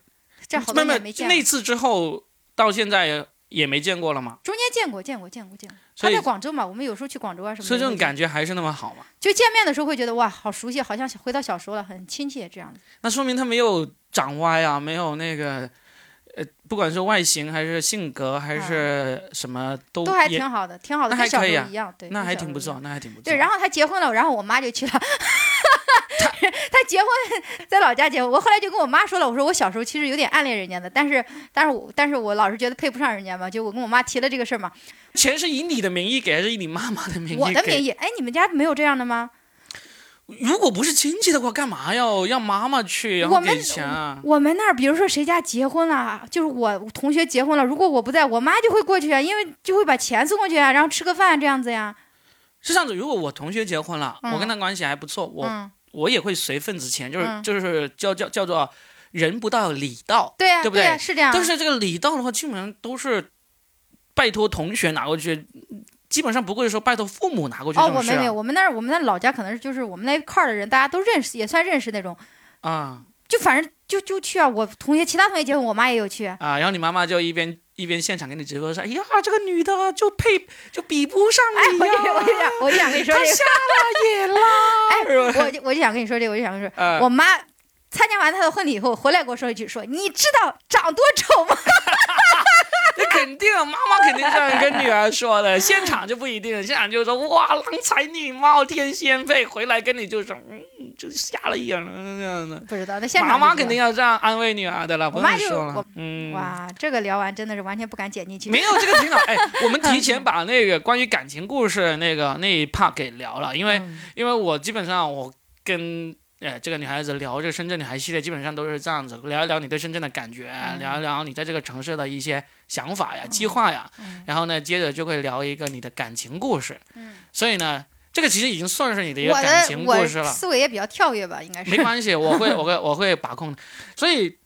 Speaker 2: 这好
Speaker 1: 嗯
Speaker 2: 多
Speaker 1: 慢
Speaker 2: 年
Speaker 1: 慢
Speaker 2: 没见了，
Speaker 1: 那次之后到现在也没见过了嘛，
Speaker 2: 中间见过，见过，见过，见过。
Speaker 1: 所
Speaker 2: 他
Speaker 1: 以
Speaker 2: 在广州嘛，我们有时候去广州啊什么的。
Speaker 1: 所以这种
Speaker 2: 也会见
Speaker 1: 感觉还是那么好嘛。
Speaker 2: 就见面的时候会觉得哇，好熟悉，好像回到小时候了，很亲切这样子。
Speaker 1: 那说明他没有长歪啊，没有那个呃，不管是外形还是性格还是什么都
Speaker 2: 都还
Speaker 1: 哦也
Speaker 2: 挺好的，挺好的，
Speaker 1: 那还
Speaker 2: 跟小
Speaker 1: 可以
Speaker 2: 时
Speaker 1: 啊
Speaker 2: 候一样，对，
Speaker 1: 那
Speaker 2: 跟
Speaker 1: 还
Speaker 2: 小时
Speaker 1: 挺
Speaker 2: 候
Speaker 1: 不
Speaker 2: 一
Speaker 1: 错
Speaker 2: 样，。
Speaker 1: 那还挺不错。
Speaker 2: 对，然后他结婚了，然后我妈就去了。 他结婚，在老家结婚。我后来就跟我妈说了，我说我小时候其实有点暗恋人家的，但是，但是我，但是我老是觉得配不上人家嘛。就我跟我妈提了这个事儿嘛，
Speaker 1: 钱是以你的名义给还是以你妈妈的名义给？
Speaker 2: 我的名义，哎，你们家没有这样的吗？
Speaker 1: 如果不是亲戚的话，干嘛要让妈妈去，然后
Speaker 2: 我们
Speaker 1: 给钱啊？
Speaker 2: 我们那儿，比如说谁家结婚了，就是我同学结婚了，如果我不在，我妈就会过去啊，因为就会把钱送过去啊，然后吃个饭这样子呀。
Speaker 1: 是这样子，如果我同学结婚了，
Speaker 2: 嗯
Speaker 1: 我跟他关系还不错，我、
Speaker 2: 嗯，
Speaker 1: 我也会随份子钱，就是、
Speaker 2: 嗯
Speaker 1: 就是叫叫叫做人不到礼到。
Speaker 2: 对呀、
Speaker 1: 对不
Speaker 2: 呀、
Speaker 1: 对
Speaker 2: 是这样啊。
Speaker 1: 但是这个礼到的话，基本上都是拜托同学拿过去，基本上不会说拜托父母拿过去这
Speaker 2: 哦，我
Speaker 1: 种事
Speaker 2: 们
Speaker 1: 啊
Speaker 2: 没有，我们那儿我们那儿老家可能是就是我们那一块儿的人，大家都认识，也算认识那种，
Speaker 1: 啊
Speaker 2: 就反正就就去啊。我同学其他同学结婚，我妈也有去。
Speaker 1: 啊！然后你妈妈就一边一边现场给你直播说：“哎呀，这个女的就配就比不上
Speaker 2: 哎，
Speaker 1: 你
Speaker 2: 我
Speaker 1: 呀、
Speaker 2: 就 我就想我就想跟你说
Speaker 1: 她
Speaker 2: 这个，
Speaker 1: 下了野啦！”是吧
Speaker 2: 我就我就想跟你说这个，我就想跟你说，
Speaker 1: 呃
Speaker 2: 我妈参加完她的婚礼以后回来给我说一句说，你知道长多丑吗？
Speaker 1: 那肯定，妈妈肯定这样跟女儿说的，现场就不一定，现场就说哇，郎才女貌，天仙配，回来跟你就是嗯，就瞎了眼了这样的。
Speaker 2: 不知道，那现场
Speaker 1: 妈
Speaker 2: 就
Speaker 1: 妈
Speaker 2: 知道
Speaker 1: 肯定要这样安慰女儿的了，不
Speaker 2: 我妈
Speaker 1: 用
Speaker 2: 就
Speaker 1: 说了
Speaker 2: 我，
Speaker 1: 嗯，
Speaker 2: 哇，这个聊完真的是完全不敢剪进去。
Speaker 1: 没有这个挺好。哎，我们提前把那个关于感情故事那个那一 part 给聊了，因为、
Speaker 2: 嗯
Speaker 1: 因为我基本上我跟。呃，这个女孩子聊这个深圳女孩系列，基本上都是这样子，聊一聊你对深圳的感觉，
Speaker 2: 嗯
Speaker 1: 聊一聊你在这个城市的一些想法呀、计划呀，
Speaker 2: 嗯
Speaker 1: 然后呢，接着就会聊一个你的感情故事。
Speaker 2: 嗯
Speaker 1: 所以呢，这个其实已经算是你的一个
Speaker 2: 我
Speaker 1: 感情
Speaker 2: 的
Speaker 1: 故
Speaker 2: 我
Speaker 1: 事了，
Speaker 2: 思维也比较跳跃吧，应该
Speaker 1: 没
Speaker 2: 是。
Speaker 1: 关系，我会我会我会把控的。所以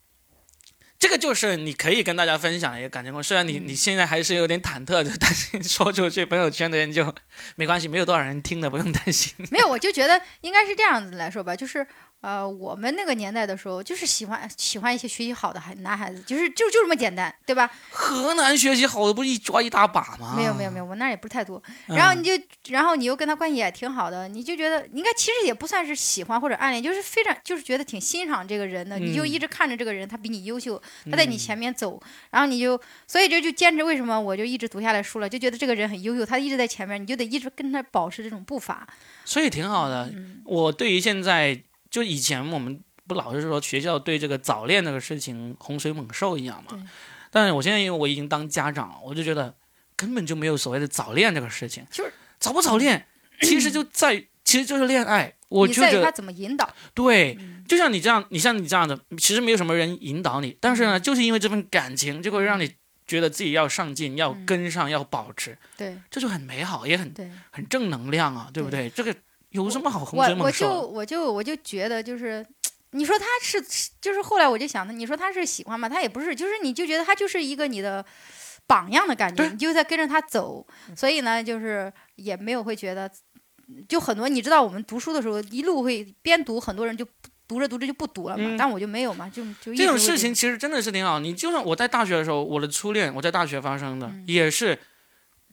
Speaker 1: 这个就是你可以跟大家分享的一个感情故事。虽然你
Speaker 2: 嗯
Speaker 1: 你现在还是有点忐忑的，但是说出去朋友圈的人就没关系，没有多少人听的，不用担心。
Speaker 2: 没有，我就觉得应该是这样子来说吧，就是呃，我们那个年代的时候，就是喜欢喜欢一些学习好的孩男孩子，就是就就这么简单，对吧？
Speaker 1: 河南学习好的不是一抓一大把吗？
Speaker 2: 没有没有没有，我那儿也不是太多。
Speaker 1: 嗯。
Speaker 2: 然后你就，然后你又跟他关系也挺好的，你就觉得应该其实也不算是喜欢或者暗恋，就是非常就是觉得挺欣赏这个人的，你就
Speaker 1: 嗯
Speaker 2: 一直看着这个人，他比你优秀，他在你前面走，然后你就所以这就坚持为什么我就一直读下来书了，就觉得这个人很优秀，他一直在前面，你就得一直跟他保持这种步伐。
Speaker 1: 所以挺好的。
Speaker 2: 嗯
Speaker 1: 我对于现在就以前我们不老是说学校对这个早恋这个事情洪水猛兽一样
Speaker 2: 对
Speaker 1: 嘛，但是我现在因为我已经当家长了，我就觉得根本就没有所谓的早恋这个事情，
Speaker 2: 就是
Speaker 1: 早不早 恋，其实就在于其实就是恋爱。我
Speaker 2: 你
Speaker 1: 就
Speaker 2: 在
Speaker 1: 觉
Speaker 2: 于他
Speaker 1: 得
Speaker 2: 怎么引导，
Speaker 1: 对，
Speaker 2: 嗯
Speaker 1: 就像你这样，你像你这样的，其实没有什么人引导你，但是呢，就是因为这份感情，就会让你觉得自己要上进、要
Speaker 2: 嗯
Speaker 1: 跟上、要保持，
Speaker 2: 对
Speaker 1: 这就很美好，也很
Speaker 2: 对。
Speaker 1: 很正能量啊，对不对？这个有什么好洪水
Speaker 2: 我我
Speaker 1: 猛兽
Speaker 2: 就
Speaker 1: 的？
Speaker 2: 我就我就觉得就是，你说他是就是后来我就想他，你说他是喜欢吗？他也不是，就是你就觉得他就是一个你的榜样的感觉，
Speaker 1: 对嗯
Speaker 2: 你就在跟着他走，所以呢，就是也没有会觉得，就很多你知道我们读书的时候一路会边读，很多人就不读着读着就不读了嘛，
Speaker 1: 嗯
Speaker 2: 但我就没有嘛，就就一
Speaker 1: 这种
Speaker 2: 直
Speaker 1: 事
Speaker 2: 会觉
Speaker 1: 情
Speaker 2: 得
Speaker 1: 其实真的是挺好。你就算我在大学的时候，我的初恋我在大学发生的，
Speaker 2: 嗯
Speaker 1: 也是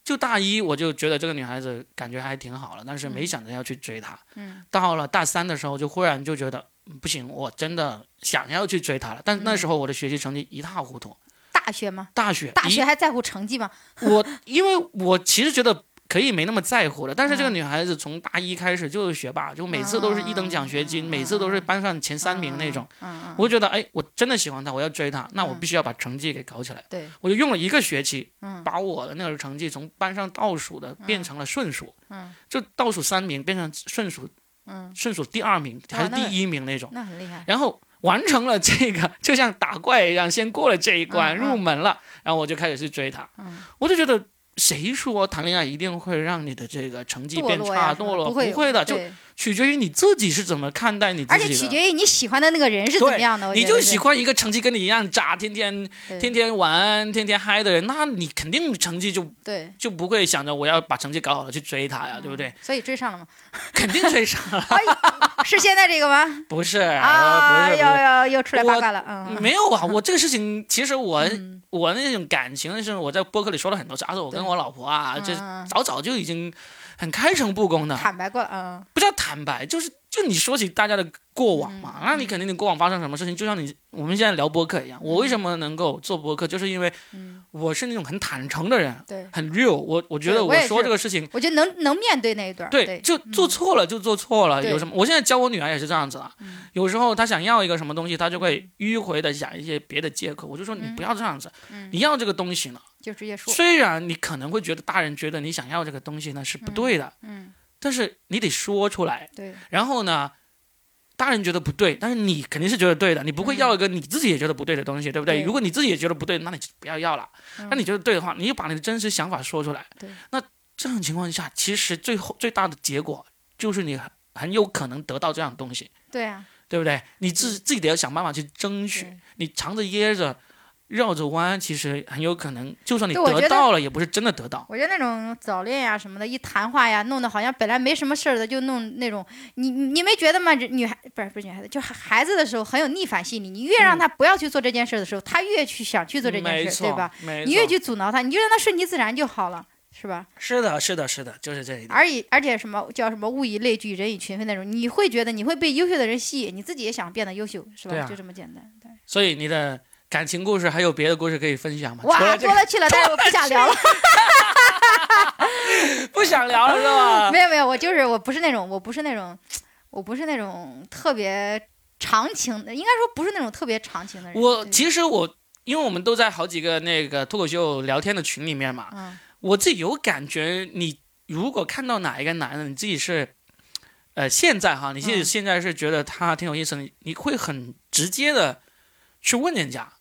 Speaker 1: 就大一我就觉得这个女孩子感觉还挺好了，但是没想着要去追她。
Speaker 2: 嗯
Speaker 1: 到了大三的时候，就忽然就觉得嗯不行，我真的想要去追她了。但
Speaker 2: 嗯
Speaker 1: 那时候我的学习成绩一塌糊涂，
Speaker 2: 大学嘛，
Speaker 1: 大学
Speaker 2: 大
Speaker 1: 一
Speaker 2: 学还在乎成绩吗？
Speaker 1: 我因为我其实觉得。可以没那么在乎了，但是这个
Speaker 2: 嗯
Speaker 1: 女孩子从大一开始就是学霸，就每次都是一等奖学金，
Speaker 2: 嗯
Speaker 1: 每次都是班上前三名那种。
Speaker 2: 嗯，嗯嗯，
Speaker 1: 我就觉得，哎，我真的喜欢他，我要追他，那我
Speaker 2: 嗯
Speaker 1: 必须要把成绩给搞起来。
Speaker 2: 对，
Speaker 1: 我就用了一个学期，
Speaker 2: 嗯
Speaker 1: 把我的那个成绩从班上倒数的变成了顺数，
Speaker 2: 嗯
Speaker 1: 就倒数三名变成顺数
Speaker 2: 嗯，啊
Speaker 1: 顺数第二名还是
Speaker 2: 那
Speaker 1: 第一名那种，
Speaker 2: 那很厉害，
Speaker 1: 然后完成了这个，就像打怪一样，先过了这一关，
Speaker 2: 嗯嗯
Speaker 1: 入门了，然后我就开始去追他，
Speaker 2: 嗯
Speaker 1: 我就觉得。谁说谈恋爱一定会让你的这个成绩
Speaker 2: 堕
Speaker 1: 变
Speaker 2: 落呀
Speaker 1: 差
Speaker 2: 什么
Speaker 1: 堕
Speaker 2: 的，
Speaker 1: 落？
Speaker 2: 会
Speaker 1: 不会的，就
Speaker 2: 对
Speaker 1: 取决于你自己是怎么看待你自
Speaker 2: 而
Speaker 1: 己的。
Speaker 2: 且取决于你喜欢的那个人是怎么
Speaker 1: 对
Speaker 2: 样的。我
Speaker 1: 你
Speaker 2: 觉得
Speaker 1: 就是喜欢一个成绩跟你一样渣，天天
Speaker 2: 对
Speaker 1: 天天玩、天天嗨的人，那你肯定成绩就
Speaker 2: 对，
Speaker 1: 就不会想着我要把成绩搞好了去追他呀，对不对？
Speaker 2: 嗯所以追 上了吗？
Speaker 1: 肯定追上 了，
Speaker 2: 是现在这个吗？
Speaker 1: 不是，
Speaker 2: 啊，
Speaker 1: 哎 不
Speaker 2: 又
Speaker 1: 是，不
Speaker 2: 又又出来八
Speaker 1: 我
Speaker 2: 卦了，
Speaker 1: 是，
Speaker 2: 嗯，
Speaker 1: 没有啊。我这个事情，其实我
Speaker 2: 嗯
Speaker 1: 我那种感情的事情，我在播客里说了很多次，而且我跟
Speaker 2: 对
Speaker 1: 我老婆啊，这
Speaker 2: 嗯嗯
Speaker 1: 早早就已经很开诚布公的，
Speaker 2: 坦白过了，嗯，
Speaker 1: 不叫坦白，就是就你说起大家的过往
Speaker 2: 嗯
Speaker 1: 嘛，那你肯定你过往发生什么事情，就像你我们现在聊播客一样，我为什么能够做播客，就是因为
Speaker 2: 嗯
Speaker 1: 我是那种很坦诚的人，
Speaker 2: 对，
Speaker 1: 很 real，我我觉
Speaker 2: 对
Speaker 1: 得
Speaker 2: 我
Speaker 1: 我
Speaker 2: 也
Speaker 1: 说
Speaker 2: 是
Speaker 1: 这个事情。
Speaker 2: 我觉得能能面对那一段儿，对，嗯
Speaker 1: 就做错了就做错了，
Speaker 2: 对
Speaker 1: 有什么？我现在教我女儿也是这样子的，啊
Speaker 2: 嗯
Speaker 1: 有时候她想要一个什么东西，她就会迂回的想一些别的借口。我就说你
Speaker 2: 嗯
Speaker 1: 不要这样子，
Speaker 2: 嗯，
Speaker 1: 你要这个东西呢，
Speaker 2: 就直接说，
Speaker 1: 虽然你可能会觉得大人觉得你想要这个东西呢是不对的，
Speaker 2: 嗯，
Speaker 1: 但是你得说出来。
Speaker 2: 对，
Speaker 1: 然后呢，大人觉得不对，但是你肯定是觉得对的，你不会
Speaker 2: 嗯
Speaker 1: 要一个你自己也觉得不对的东西，对不对？
Speaker 2: 对
Speaker 1: 如果你自己也觉得不对，那你就不要要了。
Speaker 2: 嗯
Speaker 1: 那你觉得对的话，你就把你的真实想法说出来。
Speaker 2: 对，
Speaker 1: 那这种情况下，其实最后最大的结果就是你很很有可能得到这样的东西，
Speaker 2: 对啊，
Speaker 1: 对不对？你自自己得要想办法去争取
Speaker 2: 对，
Speaker 1: 你藏着掖着。绕着弯，其实很有可能，就算你
Speaker 2: 对我觉
Speaker 1: 得
Speaker 2: 得
Speaker 1: 到了，也不是真的得到。
Speaker 2: 我觉得那种早恋呀、什么的，一谈话呀，弄得好像本来没什么事儿的，就弄那种，你你你没觉得吗？人女孩不是不是女孩子，就孩孩子的时候很有逆反心理，你越让他不要去做这件事的时候，他越去想去做这
Speaker 1: 嗯没
Speaker 2: 件事，
Speaker 1: 错，
Speaker 2: 对吧？？
Speaker 1: 没错，
Speaker 2: 你越去阻挠他，你就让他顺其自然就好了，是吧？
Speaker 1: 是的，是的，是的，就是这一点。
Speaker 2: 而以而且什么叫什么物以类聚，人以群分那种，你会觉得你会被优秀的人吸引，你自己也想变得优秀，是吧？
Speaker 1: 对啊
Speaker 2: 就这么简单。对
Speaker 1: 所以你的感情故事还有别的故事可以分享吗？除
Speaker 2: 哇，
Speaker 1: 了这
Speaker 2: 多
Speaker 1: 个
Speaker 2: 了去了，但是我不想聊了。
Speaker 1: 不想聊了是吧？
Speaker 2: 没有没有，我就是我不是那种，我不是那种，我不是那种特别长情的，应该说不是那种特别长情的人。
Speaker 1: 我
Speaker 2: 对
Speaker 1: 其实我，因为我们都在好几个那个脱口秀聊天的群里面嘛，
Speaker 2: 嗯，
Speaker 1: 我自己有感觉，你如果看到哪一个男的，你自己是，呃，现在哈，你自己
Speaker 2: 嗯
Speaker 1: 现在是觉得他挺有意思的，你你会很直接的去问人家，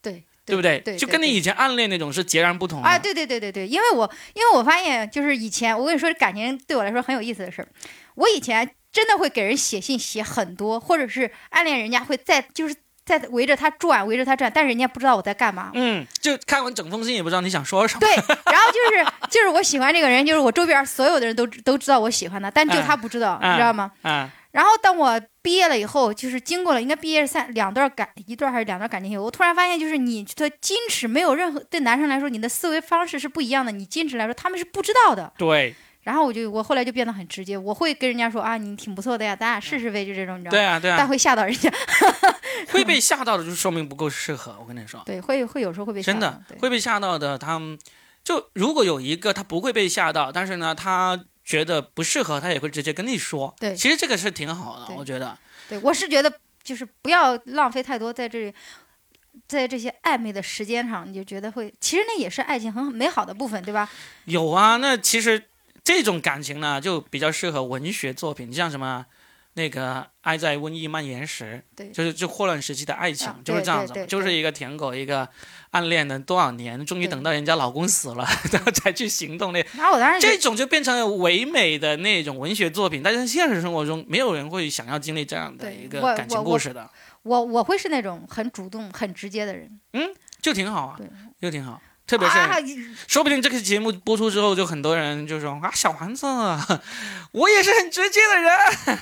Speaker 2: 对
Speaker 1: 不
Speaker 2: 对
Speaker 1: 对？就跟你
Speaker 2: 对
Speaker 1: 以前暗恋那种是截然不同的。
Speaker 2: 啊，对对对对对，因为我因为我发现就是以前我跟你说感情对我来说很有意思的事儿，我以前真的会给人写信写很多，或者是暗恋人家会在就是在围着他转围着他转，但是人家不知道我在干嘛。
Speaker 1: 嗯，就看完整封信也不知道你想说 什么。
Speaker 2: 对，然后就是就是我喜欢这个人，就是我周边所有的人都知都知道我喜欢他，但就他不知道，你知道吗？
Speaker 1: 啊、
Speaker 2: 然后当我毕业了以后，就是经过了应该毕业三两段感一段还是两段感情以后，我突然发现，就是你的矜持没有任何对男生来说，你的思维方式是不一样的。你矜持来说，他们是不知道的。
Speaker 1: 对
Speaker 2: 然后我就我后来就变得很直接，我会跟人家说啊，你挺不错的呀，咱俩试试呗，就这种你知道
Speaker 1: 嗯对
Speaker 2: 吗？
Speaker 1: 啊对啊，
Speaker 2: 但会吓到人家，
Speaker 1: 会被吓到的，就说明不够适合。我跟你说，
Speaker 2: 对，会会有时候会被吓
Speaker 1: 真
Speaker 2: 到
Speaker 1: 的
Speaker 2: 对
Speaker 1: 会被吓到的。他们就如果有一个他不会被吓到，但是呢，他觉得不适合，他也会直接跟你说。
Speaker 2: 对
Speaker 1: 其实这个是挺好的，
Speaker 2: 对
Speaker 1: 我觉得。
Speaker 2: 对，我是觉得就是不要浪费太多在这里，在这些暧昧的时间上，你就觉得会，其实那也是爱情很美好的部分，对吧？
Speaker 1: 有啊，那其实这种感情呢，就比较适合文学作品，像什么那个《爱在瘟疫蔓延时》，
Speaker 2: 对
Speaker 1: 就是就霍乱时期的爱情，
Speaker 2: 啊
Speaker 1: 就是这样子
Speaker 2: 对对，对
Speaker 1: 就是一个舔狗，一个暗恋了多少年，终于
Speaker 2: 对
Speaker 1: 等到人家老公死了， 然后才去行动那
Speaker 2: 然后我当时
Speaker 1: 这种就变成了唯美的那种文学作品，但是现实生活中没有人会想要经历这样的
Speaker 2: 对
Speaker 1: 一个
Speaker 2: 我
Speaker 1: 感情
Speaker 2: 我
Speaker 1: 故
Speaker 2: 我
Speaker 1: 事的，
Speaker 2: 我我会是那种很主动、很直接的人，
Speaker 1: 就挺好啊
Speaker 2: 对，
Speaker 1: 就挺好。特别是、
Speaker 2: 啊，
Speaker 1: 说不定这个节目播出之后，就很多人就说啊，小丸子，啊 我也是很直接的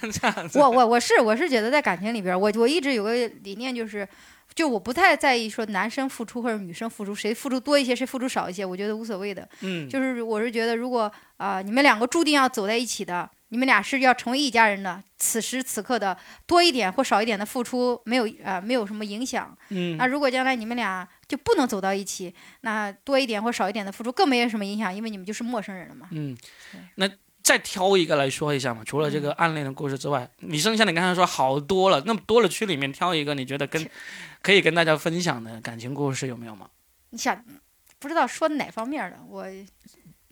Speaker 1: 人，这样子。
Speaker 2: 我我我是我是觉得在感情里边儿，我我一直有个理念就是。就我不太在意说男生付出或者女生付出，谁付出多一些，谁付出少一些，我觉得无所谓的。
Speaker 1: 嗯，
Speaker 2: 就是我是觉得，如果啊、你们两个注定要走在一起的，你们俩是要成为一家人的，此时此刻的多一点或少一点的付出，没有啊、没有什么影响。
Speaker 1: 嗯
Speaker 2: 那如果将来你们俩就不能走到一起，那多一点或少一点的付出更没有什么影响，因为你们就是陌生人了嘛。
Speaker 1: 嗯，那再挑一个来说一下嘛。除了这
Speaker 2: 嗯
Speaker 1: 个暗恋的故事之外，你剩下你刚才说好多了，那么多了区里面挑一个，你觉得跟可以跟大家分享的感情故事有没有吗？
Speaker 2: 你想，不知道说哪方面的，我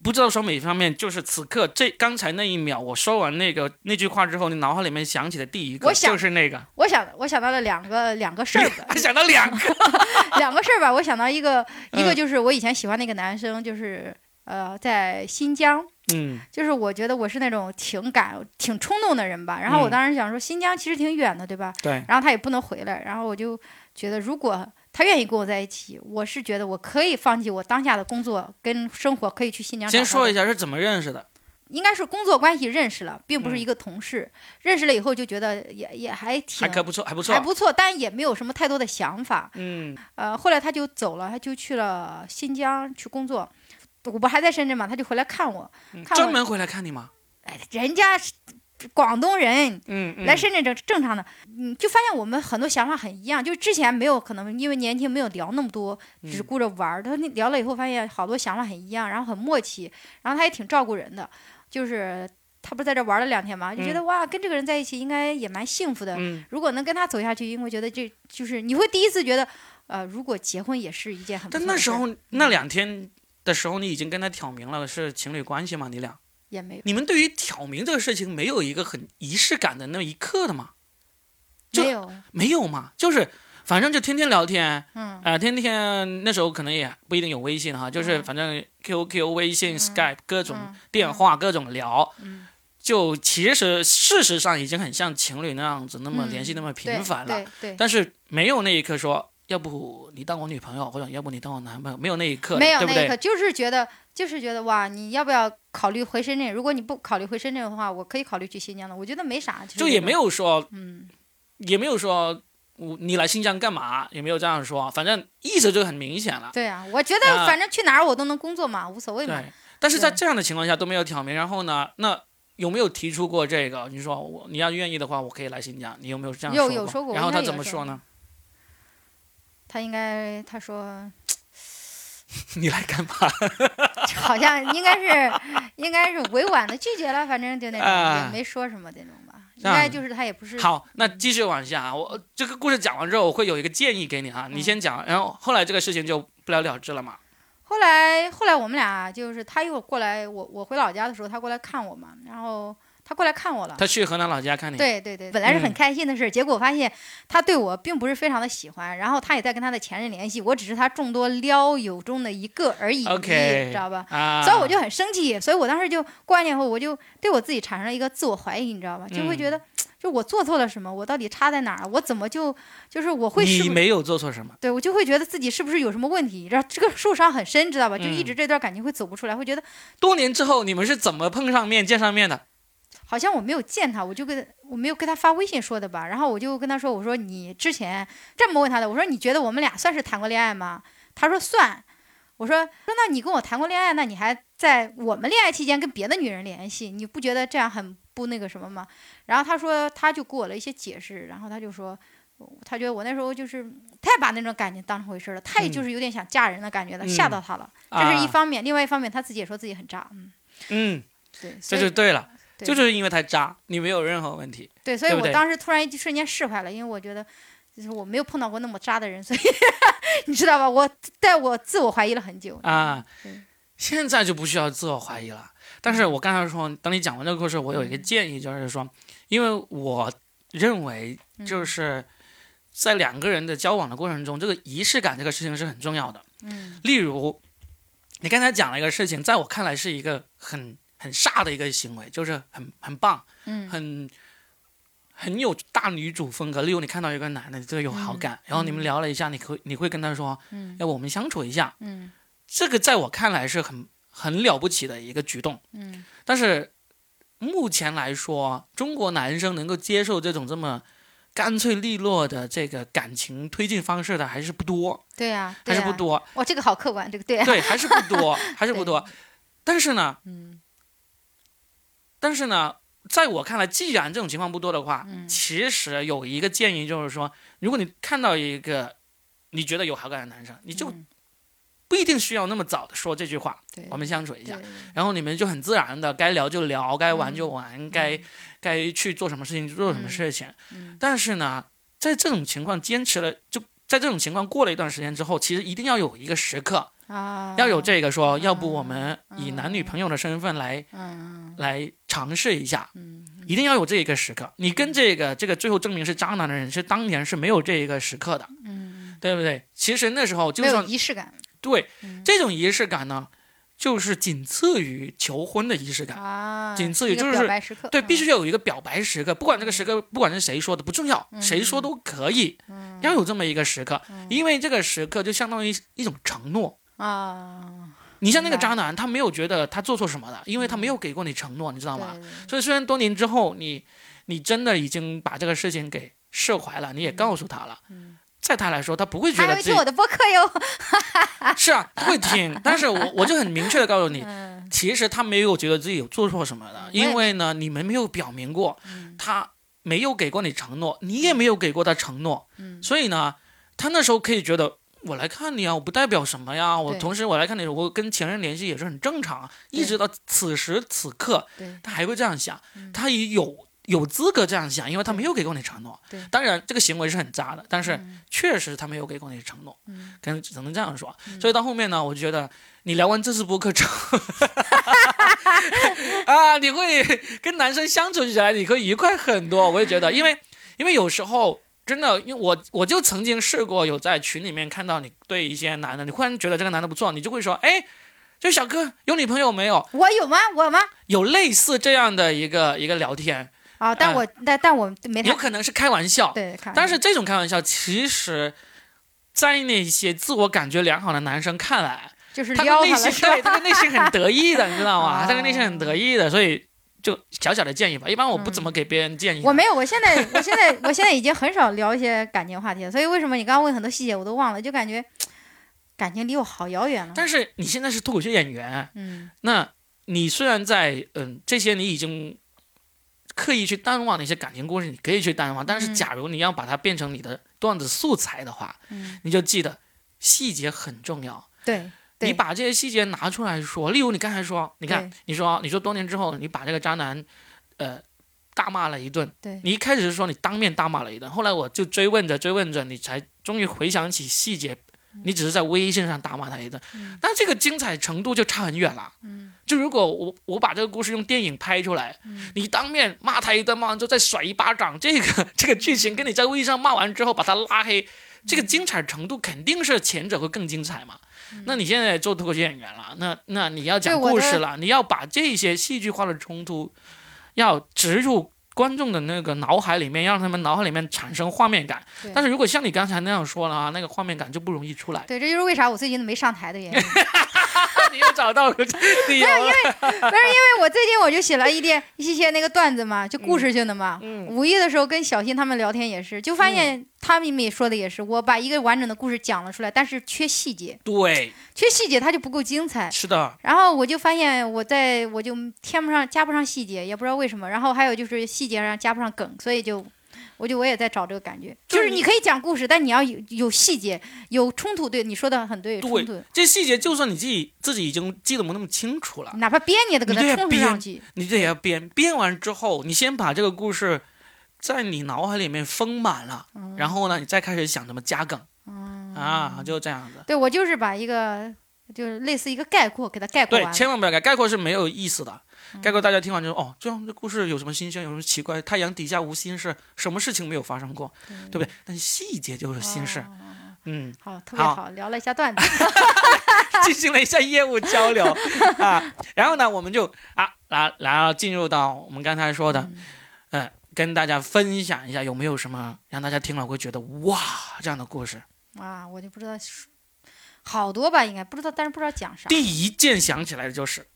Speaker 1: 不知道说哪方面，就是此刻这刚才那一秒，我说完那个那句话之后，你脑海里面想起的第一个
Speaker 2: 我想
Speaker 1: 就是那个，
Speaker 2: 我想我想到了两个两个事儿吧
Speaker 1: 还，想到两个，
Speaker 2: 两个事儿吧，我想到一个一个
Speaker 1: 嗯
Speaker 2: 就是我以前喜欢那个男生，就是呃在新疆。
Speaker 1: 嗯
Speaker 2: 就是我觉得我是那种挺感、挺冲动的人吧。然后我
Speaker 1: 嗯
Speaker 2: 当时想说，新疆其实挺远的，对吧？
Speaker 1: 对，
Speaker 2: 然后他也不能回来，然后我就觉得，如果他愿意跟我在一起，我是觉得我可以放弃我当下的工作跟生活，可以去新疆。
Speaker 1: 先说一，下是怎么认识的，
Speaker 2: 应该是工作关系认识了，并不是
Speaker 1: 嗯
Speaker 2: 一个同事。认识了以后就觉得也也还挺
Speaker 1: 还可不错，还不错
Speaker 2: 还，不错，但也没有什么太多的想法。
Speaker 1: 嗯
Speaker 2: 呃，后来他就走了，他就去了
Speaker 1: 嗯
Speaker 2: 新疆去工作。我不还在深圳嘛，他就回来看我，看我
Speaker 1: 专门回来看你吗？
Speaker 2: 哎，人家是广东人
Speaker 1: 嗯，嗯
Speaker 2: 来深圳正正常的，嗯，就发现我们很多想法很一样，就是之前没有可能因为年轻没有聊那么多，
Speaker 1: 嗯
Speaker 2: 只顾着玩儿。他那聊了以后发现好多想法很一样，然后很默契，然后他也挺照顾人的，就是。他不是在这玩了两天吗？就觉得、哇，跟这个人在一起应该也蛮幸福的。
Speaker 1: 嗯，
Speaker 2: 如果能跟他走下去，因为觉得这就是你会第一次觉得，呃，如果结婚也是一件很不
Speaker 1: 但
Speaker 2: 错
Speaker 1: 那
Speaker 2: 的
Speaker 1: 时
Speaker 2: 事儿
Speaker 1: 候那两天的时候，你已经跟他挑明了是情侣关系吗？你俩，
Speaker 2: 也没有，
Speaker 1: 你们对于挑明这个事情没有一个很仪式感的那一刻的吗？就
Speaker 2: 没有，
Speaker 1: 没有嘛，就是反正就天天聊天，
Speaker 2: 嗯，
Speaker 1: 啊、天天那时候可能也不一定有微信哈，就是
Speaker 2: 嗯
Speaker 1: 反正 QQ、微信、
Speaker 2: 嗯
Speaker 1: Skype 各种
Speaker 2: 嗯
Speaker 1: 电话、各种聊，
Speaker 2: 嗯
Speaker 1: 就其实事实上已经很像情侣那样子，那么
Speaker 2: 嗯
Speaker 1: 联系那么
Speaker 2: 对
Speaker 1: 频繁了，，
Speaker 2: 对对，
Speaker 1: 但是没有那一刻说。要不你当我女朋友，或者要不你当我男朋友，没有那一刻，
Speaker 2: 没有
Speaker 1: 对不
Speaker 2: 那一刻，
Speaker 1: 对？
Speaker 2: 就是觉得就是觉得哇，你要不要考虑回深圳？如果你不考虑回深圳的话，我可以考虑去新疆的，我觉得没啥，
Speaker 1: 就也没
Speaker 2: 有，
Speaker 1: 有说，
Speaker 2: 嗯，
Speaker 1: 也没有说，我你来新疆干嘛？也没有这样说，反正意思就很明显了。
Speaker 2: 对啊，我觉
Speaker 1: 那
Speaker 2: 得反正去哪儿我都能工作嘛，无所谓嘛，
Speaker 1: 对，但是在
Speaker 2: 对
Speaker 1: 这样的情况下都没有挑明，然后呢，那有没有提出过这个？你说我你要愿意的话，我可以来新疆，你有没有这样
Speaker 2: 有
Speaker 1: 过？
Speaker 2: 有说过
Speaker 1: 然后
Speaker 2: 我应该
Speaker 1: 他
Speaker 2: 有
Speaker 1: 怎么
Speaker 2: 说
Speaker 1: 说呢？
Speaker 2: 他应该他说
Speaker 1: 你来干嘛？
Speaker 2: 好像应该是应该是委婉的拒绝了，反正就那种
Speaker 1: 啊
Speaker 2: 也没说什么那种吧，应
Speaker 1: 这样
Speaker 2: 该就是他也不是
Speaker 1: 好，那继续往下啊。我这个故事讲完之后，我会有一个建议给你啊，你
Speaker 2: 嗯
Speaker 1: 先讲，然后后来这个事情就不了了之了嘛。
Speaker 2: 后来后来我们俩就是他又过来，我我回老家的时候，他过来看我嘛，然后他过来看我了。
Speaker 1: 他去河南老家看你，
Speaker 2: 啊对对对，本来是很
Speaker 1: 嗯
Speaker 2: 开心的事儿，结果发现他对我并不是非常的喜欢，然后他也在跟他的前任联系，我只是他众多撩友中的一个而已
Speaker 1: OK
Speaker 2: 知道吧？
Speaker 1: 啊，
Speaker 2: 所以我就很生气，所以我当时就过完年以后，我就对我自己产生了一个自我怀疑，你知道吧？就
Speaker 1: 嗯
Speaker 2: 会觉得，就我做错了什么？我到底差在哪儿？我怎么就就是我会是不
Speaker 1: 你
Speaker 2: 是
Speaker 1: 没有做错什么，
Speaker 2: 对我就会觉得自己是不是有什么问题，然后这个受伤很深，知道吧？就一
Speaker 1: 嗯
Speaker 2: 直这段感情会走不出来，会觉得
Speaker 1: 多年之后你们是怎么碰上面、见上面的？
Speaker 2: 好像我没有见他，我就跟我没有跟他发微信说的吧，然后我就跟他说，我说你之前这么问他的，我说你觉得我们俩算是谈过恋爱吗？他说算。我说说那你跟我谈过恋爱，那你还在我们恋爱期间跟别的女人联系，你不觉得这样很不那个什么吗？然后他说他就给我了一些解释，然后他就说。他觉得我那时候就是太把那种感情当成回事了，太就是有点想嫁人的感觉了，
Speaker 1: 嗯
Speaker 2: 吓到他了。这是一方面，另外一方面他自己也说自己很渣，嗯，
Speaker 1: 啊，嗯，
Speaker 2: 对，
Speaker 1: 这
Speaker 2: 所以
Speaker 1: 就对了，
Speaker 2: 对
Speaker 1: 就是因为他渣，你没有任何问题。
Speaker 2: 对，所以
Speaker 1: 对不
Speaker 2: 我
Speaker 1: 对
Speaker 2: 当时突然一瞬间释怀了，因为我觉得就是我没有碰到过那么渣的人，所以 你知道吧？我在我自我怀疑了很久，
Speaker 1: 啊
Speaker 2: 对，
Speaker 1: 现在就不需要自我怀疑了。但是我刚才说，当你讲完这个故事，我有一个
Speaker 2: 嗯
Speaker 1: 建议，就是说，因为我认为
Speaker 2: 嗯
Speaker 1: 就是在两个人的交往的过程中，这个仪式感这个事情是很重要的。
Speaker 2: 嗯
Speaker 1: 例如，你刚才讲了一个事情，在我看来是一个很很飒的一个行为，就是很很棒，
Speaker 2: 嗯
Speaker 1: 很很有大女主风格。例如，你看到一个男的对这有好感，然后你们聊了一下，你可你会跟他说，哎
Speaker 2: 嗯
Speaker 1: 要不我们相处一下，
Speaker 2: 嗯
Speaker 1: 这个在我看来是很很了不起的一个举动，
Speaker 2: 嗯
Speaker 1: 但是目前来说，中国男生能够接受这种这么干脆利落的这个感情推进方式的还是不多，
Speaker 2: 对呀、
Speaker 1: 还
Speaker 2: 对啊
Speaker 1: 是
Speaker 2: 呀、
Speaker 1: 不多，
Speaker 2: 哇，这个好客观，这个 对、啊，
Speaker 1: 对，还是不 多，还是不多。但是呢，
Speaker 2: 嗯
Speaker 1: 但是呢，在我看来，既然这种情况不多的话，
Speaker 2: 嗯
Speaker 1: 其实有一个建议就是说，如果你看到一个你觉得有好感的男生，你就
Speaker 2: 嗯
Speaker 1: 不一定需要那么早的说这句话，
Speaker 2: 对
Speaker 1: 我们相处一下
Speaker 2: 对。
Speaker 1: 然后你们就很自然的该聊就聊，该玩就玩，该
Speaker 2: 嗯
Speaker 1: 该去做什么事情就做什么事情。
Speaker 2: 嗯
Speaker 1: 但是呢，在这种情况坚持了，就在这种情况过了一段时间之后，其实一定要有一个时刻，
Speaker 2: 啊，
Speaker 1: 要有这个说，要不我们以
Speaker 2: 嗯
Speaker 1: 男女朋友的身份来、
Speaker 2: 嗯
Speaker 1: 来尝试一下。
Speaker 2: 嗯
Speaker 1: 一定要有这个时刻，你跟这个这个最后证明是渣男的人，是当年是没有这一个时刻的，
Speaker 2: 嗯，
Speaker 1: 对不对？其实那时候就
Speaker 2: 没有
Speaker 1: 算
Speaker 2: 仪式感
Speaker 1: 对
Speaker 2: 嗯
Speaker 1: 这种仪式感呢，就是仅次于求婚的仪式感。
Speaker 2: 啊，
Speaker 1: 仅次
Speaker 2: 是
Speaker 1: 于
Speaker 2: 一个
Speaker 1: 就
Speaker 2: 表
Speaker 1: 是
Speaker 2: 白时刻，
Speaker 1: 对，
Speaker 2: 嗯
Speaker 1: 必须要有一个表白时刻，不管这个时刻，不管是谁说的，不重要，谁
Speaker 2: 嗯
Speaker 1: 说都可以，要有这么一个时刻，因为这个时刻就相当于一种承诺。
Speaker 2: 啊，
Speaker 1: 你像那个
Speaker 2: 明白
Speaker 1: 渣男，他没有觉得他做错什么的，因为他没有给过你承诺，你知道
Speaker 2: 对
Speaker 1: 吗？
Speaker 2: 对
Speaker 1: 所以虽然多年之后，你你真的已经把这个事情给释怀了，你也告诉他了，在他来说，他不会觉
Speaker 2: 嗯还
Speaker 1: 得
Speaker 2: 嗯会
Speaker 1: 自
Speaker 2: 听
Speaker 1: 己
Speaker 2: 我的播客哟，
Speaker 1: 是啊，会听，但是我我就很明确的告诉你，
Speaker 2: 嗯
Speaker 1: 其实他没有觉得自己有做错什么的
Speaker 2: 嗯，
Speaker 1: 因为呢，你们没有表明过，
Speaker 2: 嗯
Speaker 1: 他没有给过你承诺，你也没有给过他承诺，
Speaker 2: 嗯
Speaker 1: 所以呢，他那时候可以觉得。我来看你啊，我不代表什么呀。我
Speaker 2: 对
Speaker 1: 同时我来看你，我跟前任联系也是很正常啊。
Speaker 2: 对
Speaker 1: 一直到此时此刻，
Speaker 2: 对
Speaker 1: 他还会这样想，
Speaker 2: 嗯
Speaker 1: 他也有有资格这样想，因为他
Speaker 2: 对
Speaker 1: 没有给过你承诺
Speaker 2: 对。
Speaker 1: 当然，这个行为是很渣的，但是
Speaker 2: 嗯
Speaker 1: 确实他没有给过你承诺，
Speaker 2: 嗯
Speaker 1: 可能只能这样说。
Speaker 2: 嗯
Speaker 1: 所以到后面呢，我就觉得你聊完这次播客之后， 啊，你会跟男生相处起来，你会愉快很多。我也觉得，因为因为有时候。真的，因为我我就曾经试过有在群里面看到你对一些男的，你忽然觉得这个男的不错，你就会说，哎，这小哥有女朋友没有？
Speaker 2: 我有吗？我吗？
Speaker 1: 有类似这样的一个一个聊天，
Speaker 2: 啊，但
Speaker 1: 嗯
Speaker 2: 我但但我没
Speaker 1: 有
Speaker 2: 太
Speaker 1: 可能是开玩笑，
Speaker 2: 哎对，看
Speaker 1: 但是这种开玩笑其实，在那些自我感觉良好的男生看来，
Speaker 2: 就是
Speaker 1: 他
Speaker 2: 撩
Speaker 1: 的内
Speaker 2: 他
Speaker 1: 心
Speaker 2: 了 是吧？
Speaker 1: 对他的内心很得意的，你知道
Speaker 2: 啊
Speaker 1: 吗？他的内心很得意的，所以就小小的建议吧。一般我不怎么给别人建议的，
Speaker 2: 嗯
Speaker 1: 啊
Speaker 2: 我没有，我现在，我现在，我现在已经很少聊一些感情话题了，所以为什么你刚刚问很多细节我都忘了，就感觉感情离我好遥远了。
Speaker 1: 但是你现在是脱口秀演员，
Speaker 2: 嗯，
Speaker 1: 那你虽然在嗯这些你已经刻意去淡忘的一些感情故事，你可以去淡忘，但是
Speaker 2: 嗯
Speaker 1: 假如你要把它变成你的段子素材的话，
Speaker 2: 嗯
Speaker 1: 你就记得细节很重要。
Speaker 2: 对，对
Speaker 1: 你把这些细节拿出来说，例如你刚才说，你看
Speaker 2: 对，
Speaker 1: 你说你说多年之后，你把这个渣男，呃，大骂了一顿。
Speaker 2: 对
Speaker 1: 你一开始是说你当面大骂了一顿，后来我就追问着追问着，你才终于回想起细节，你只是在微信上大骂他一顿，
Speaker 2: 嗯
Speaker 1: 那这个精彩程度就差很远了。
Speaker 2: 嗯
Speaker 1: 就如果我我把这个故事用电影拍出来，
Speaker 2: 嗯
Speaker 1: 你当面骂他一顿，骂完之后再甩一巴掌，这个 这个剧情跟你在微信上骂完之后把他拉黑，这个精彩程度肯定是前者会更精彩嘛。
Speaker 2: 嗯
Speaker 1: 那你现在做脱口秀演员了，那那你要讲
Speaker 2: 对我的
Speaker 1: 故事了，你要把这些戏剧化的冲突要植入观众的那个脑海里面，让他们脑海里面产生画面感
Speaker 2: 对。。
Speaker 1: 但是如果像你刚才那样说了啊，那个画面感就不容易出来
Speaker 2: 对，这就是为啥我最近都没上台的原因。
Speaker 1: 你又找 到理由了，
Speaker 2: 因为我最近我就写了一点一些那个段子嘛，就故事性的嘛。
Speaker 1: 嗯
Speaker 2: 五一的时候跟小新他们聊天也是，就发现他们也说的也是，我把一个完整的故事讲了出来，但是缺细节，
Speaker 1: 对，
Speaker 2: 缺细节它就不够精彩。
Speaker 1: 是的，
Speaker 2: 然后我就发现我在我就添不上加不上细节，也不知道为什么。然后还有就是细节上加不上梗，所以就我就我也在找这个感觉，
Speaker 1: 就
Speaker 2: 就是是你可以讲故事，但你要有有细节，有冲突。对你说的很对，冲
Speaker 1: 对
Speaker 2: 突，
Speaker 1: 这细节就算你自己自己已经记得没那么清楚了，
Speaker 2: 哪怕编你也得给
Speaker 1: 你
Speaker 2: 它
Speaker 1: 对
Speaker 2: 充实
Speaker 1: 编
Speaker 2: 上去。
Speaker 1: 你得要编，编完之后，你先把这个故事在你脑海里面丰满了，
Speaker 2: 嗯
Speaker 1: 然后呢，你再开始想怎么加梗、啊，就这样子。
Speaker 2: 对我就是把一个就是类似一个概括给它概括
Speaker 1: 对，
Speaker 2: 完了。嗯
Speaker 1: 千万不要概概括是没有意思的。概括大家听完之后，哦，这样这故事有什么新鲜，有什么奇怪？太阳底下无心事，什么事情没有发生过，对不对？但细节就是心事。
Speaker 2: 哦
Speaker 1: 嗯，
Speaker 2: 嗯啊好，特别
Speaker 1: 好
Speaker 2: 好，聊了一下段子。
Speaker 1: 进行了一下业务交流啊，然后呢，我们就啊，然然后进入到我们刚才说的，
Speaker 2: 嗯
Speaker 1: 呃，跟大家分享一下有没有什么让大家听了会觉得哇这样的故事。
Speaker 2: 啊，我就不知道，好多吧，应该不知道，但是不知道讲啥。
Speaker 1: 第一件想起来的就是，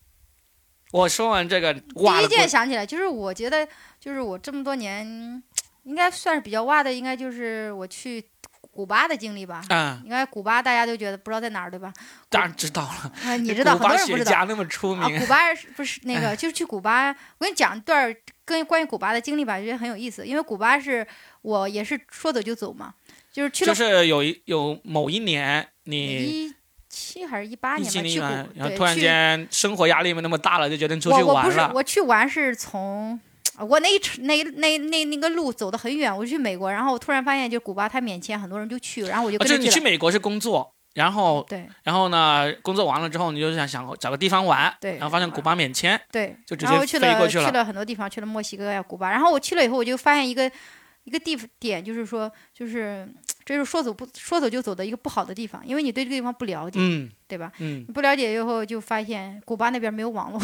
Speaker 1: 我说完这个哇的
Speaker 2: 第一
Speaker 1: 故
Speaker 2: 件想起来就是，我觉得就是我这么多年，应该算是比较哇的，应该就是我去古巴的经历吧。
Speaker 1: 啊，
Speaker 2: 应该古巴大家都觉得不知道在哪儿，对吧？
Speaker 1: 当然知道了，
Speaker 2: 啊，你知道，
Speaker 1: 古
Speaker 2: 很多
Speaker 1: 巴
Speaker 2: 人不
Speaker 1: 雪
Speaker 2: 知道
Speaker 1: 茄那么出
Speaker 2: 啊。
Speaker 1: 名哎
Speaker 2: 古巴是不是那个，就是去古巴，我跟你讲一段儿跟关于古巴的经历吧，觉得很有意思。因为古巴是我也是说走就走嘛，就是去
Speaker 1: 就
Speaker 2: 了
Speaker 1: 是有一有某一年你。
Speaker 2: 一七还是一八
Speaker 1: 一
Speaker 2: 年
Speaker 1: 七
Speaker 2: 吧，去
Speaker 1: 年
Speaker 2: 古
Speaker 1: 完，然后
Speaker 2: 对
Speaker 1: 突然
Speaker 2: 去
Speaker 1: 间生活压力没那么大了，就决定出去
Speaker 2: 我我
Speaker 1: 玩
Speaker 2: 不是
Speaker 1: 了。
Speaker 2: 我去玩是从我那一程那那那那个路走得很远，我去美国，然后我突然发现就古巴它免签，很多人就去，然后我就
Speaker 1: 啊
Speaker 2: 跟
Speaker 1: 就是
Speaker 2: 着
Speaker 1: 你去
Speaker 2: 了。
Speaker 1: 美国是工作，然后
Speaker 2: 对
Speaker 1: 然后呢，工作完了之后，你就想想找个地方玩，
Speaker 2: 对
Speaker 1: 然后发现古巴免签，
Speaker 2: 对，
Speaker 1: 就直
Speaker 2: 然后
Speaker 1: 接
Speaker 2: 去
Speaker 1: 飞
Speaker 2: 了
Speaker 1: 过去
Speaker 2: 去
Speaker 1: 了
Speaker 2: 很多地方，去了墨西哥呀、古巴。然后我去了以后，我就发现一个一个地点，就是说，就是这就是说走不说走就走的一个不好的地方，因为你对这个地方不了解，
Speaker 1: 嗯
Speaker 2: 对吧？
Speaker 1: 嗯，
Speaker 2: 你不了解以后，就发现古巴那边没有网络，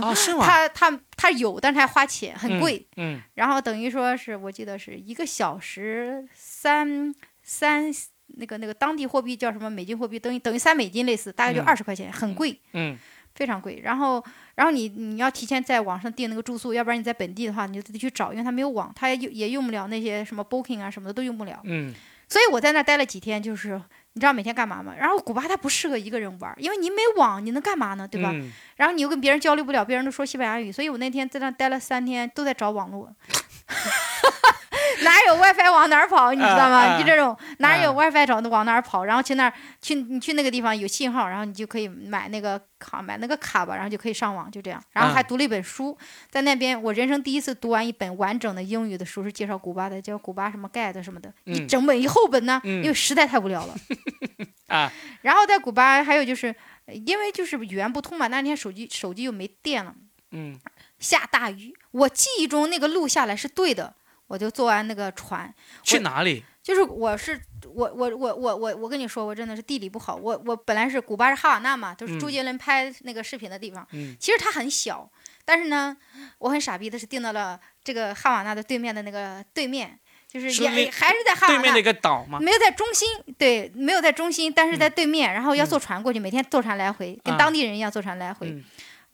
Speaker 1: 哦，是吗？
Speaker 2: 他他他有，但是还花钱，很贵。
Speaker 1: 嗯，
Speaker 2: 然后等于说是我记得是一个小时三三那个那个当地货币叫什么美金货币，等于等于三美金类似，大概就
Speaker 1: 嗯
Speaker 2: 二十块钱，很贵，
Speaker 1: 嗯
Speaker 2: 非常贵。然后然后你你要提前在网上订那个住宿，要不然你在本地的话你就得去找，因为它没有网，它也用也用不了那些什么 Booking 啊什么的都用不了
Speaker 1: 嗯，嗯，
Speaker 2: 所以我在那待了几天，就是你知道每天干嘛吗？然后古巴它不适合一个人玩，因为你没网，你能干嘛呢？对吧？
Speaker 1: 嗯
Speaker 2: 然后你又跟别人交流不了，别人都说西班牙语，所以我那天在那待了三天，都在找网络。 哪有 WiFi 往哪儿跑，你知道吗？
Speaker 1: 啊啊
Speaker 2: 就这种哪有 WiFi 找往哪儿跑，然后去那儿去你去那个地方有信号，然后你就可以买那个卡买那个卡吧，然后就可以上网，就这样。然后
Speaker 1: 嗯
Speaker 2: 还读了一本书，在那边我人生第一次读完一本完整的英语的书，是介绍古巴的，叫古巴什么盖的什么的，一
Speaker 1: 嗯
Speaker 2: 整本一厚本呢，
Speaker 1: 嗯
Speaker 2: 因为实在太无聊了。
Speaker 1: 啊，
Speaker 2: 然后在古巴还有就是，呃因为就是语言不通嘛，那天手机手机又没电了，
Speaker 1: 嗯
Speaker 2: 下大雨，我记忆中那个路下来是对的，我就坐完那个船，
Speaker 1: 去哪里？
Speaker 2: 就是我是我我我我我我跟你说，我真的是地理不好，我我本来是古巴是哈瓦那嘛，就是朱
Speaker 1: 嗯
Speaker 2: 杰伦拍那个视频的地方，
Speaker 1: 嗯
Speaker 2: 其实它很小，但是呢，我很傻逼的是订到了这个哈瓦那的对面的那个对面，就是
Speaker 1: 是
Speaker 2: 也
Speaker 1: 那
Speaker 2: 还是在哈瓦
Speaker 1: 对
Speaker 2: 那
Speaker 1: 面的一个岛吗？
Speaker 2: 没有在中心，对，没有在中心，但是在对面，然后要坐船过去，每天坐船来回，
Speaker 1: 嗯
Speaker 2: 跟
Speaker 1: 啊
Speaker 2: 当地人一样坐船来回。
Speaker 1: 嗯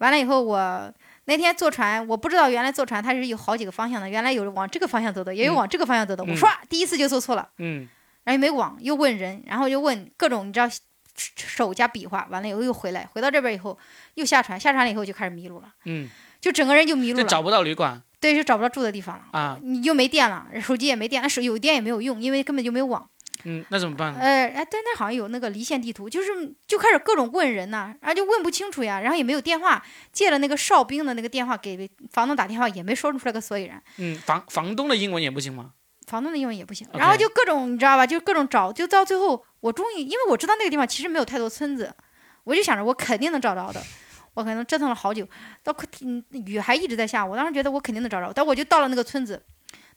Speaker 2: 完了以后我，那天坐船，我不知道原来坐船它是有好几个方向的，原来有往这个方向走的，也有
Speaker 1: 嗯
Speaker 2: 往这个方向走的。我
Speaker 1: 嗯
Speaker 2: 唰，第一次就坐错了，
Speaker 1: 嗯
Speaker 2: 然后也没网，又问人，然后又问各种，你知道手加比划，完了以后又回来，回到这边以后又下船，下船了以后就开始迷路了，
Speaker 1: 嗯，
Speaker 2: 就整个人就迷路
Speaker 1: 就找
Speaker 2: 了，
Speaker 1: 不到旅馆
Speaker 2: 对，就找不到住的地方了。
Speaker 1: 啊，
Speaker 2: 你又没电了，手机也没电，手有电也没有用，因为根本就没有网。
Speaker 1: 嗯，那怎么办呢？
Speaker 2: 呃，哎，但那好像有那个离线地图，就是就开始各种问人呐、然后就问不清楚呀，然后也没有电话，借了那个哨兵的那个电话给房东打电话，也没说出来个所以然，
Speaker 1: 嗯，房房东的英文也不行吗？
Speaker 2: 房东的英文也不行，然后
Speaker 1: OK
Speaker 2: 就各种你知道吧，就各种找，就到最后我终于，因为我知道那个地方其实没有太多村子，我就想着我肯定能找着的。我可能折腾了好久，到快嗯雨还一直在下，我当时觉得我肯定能找着，但我就到了那个村子，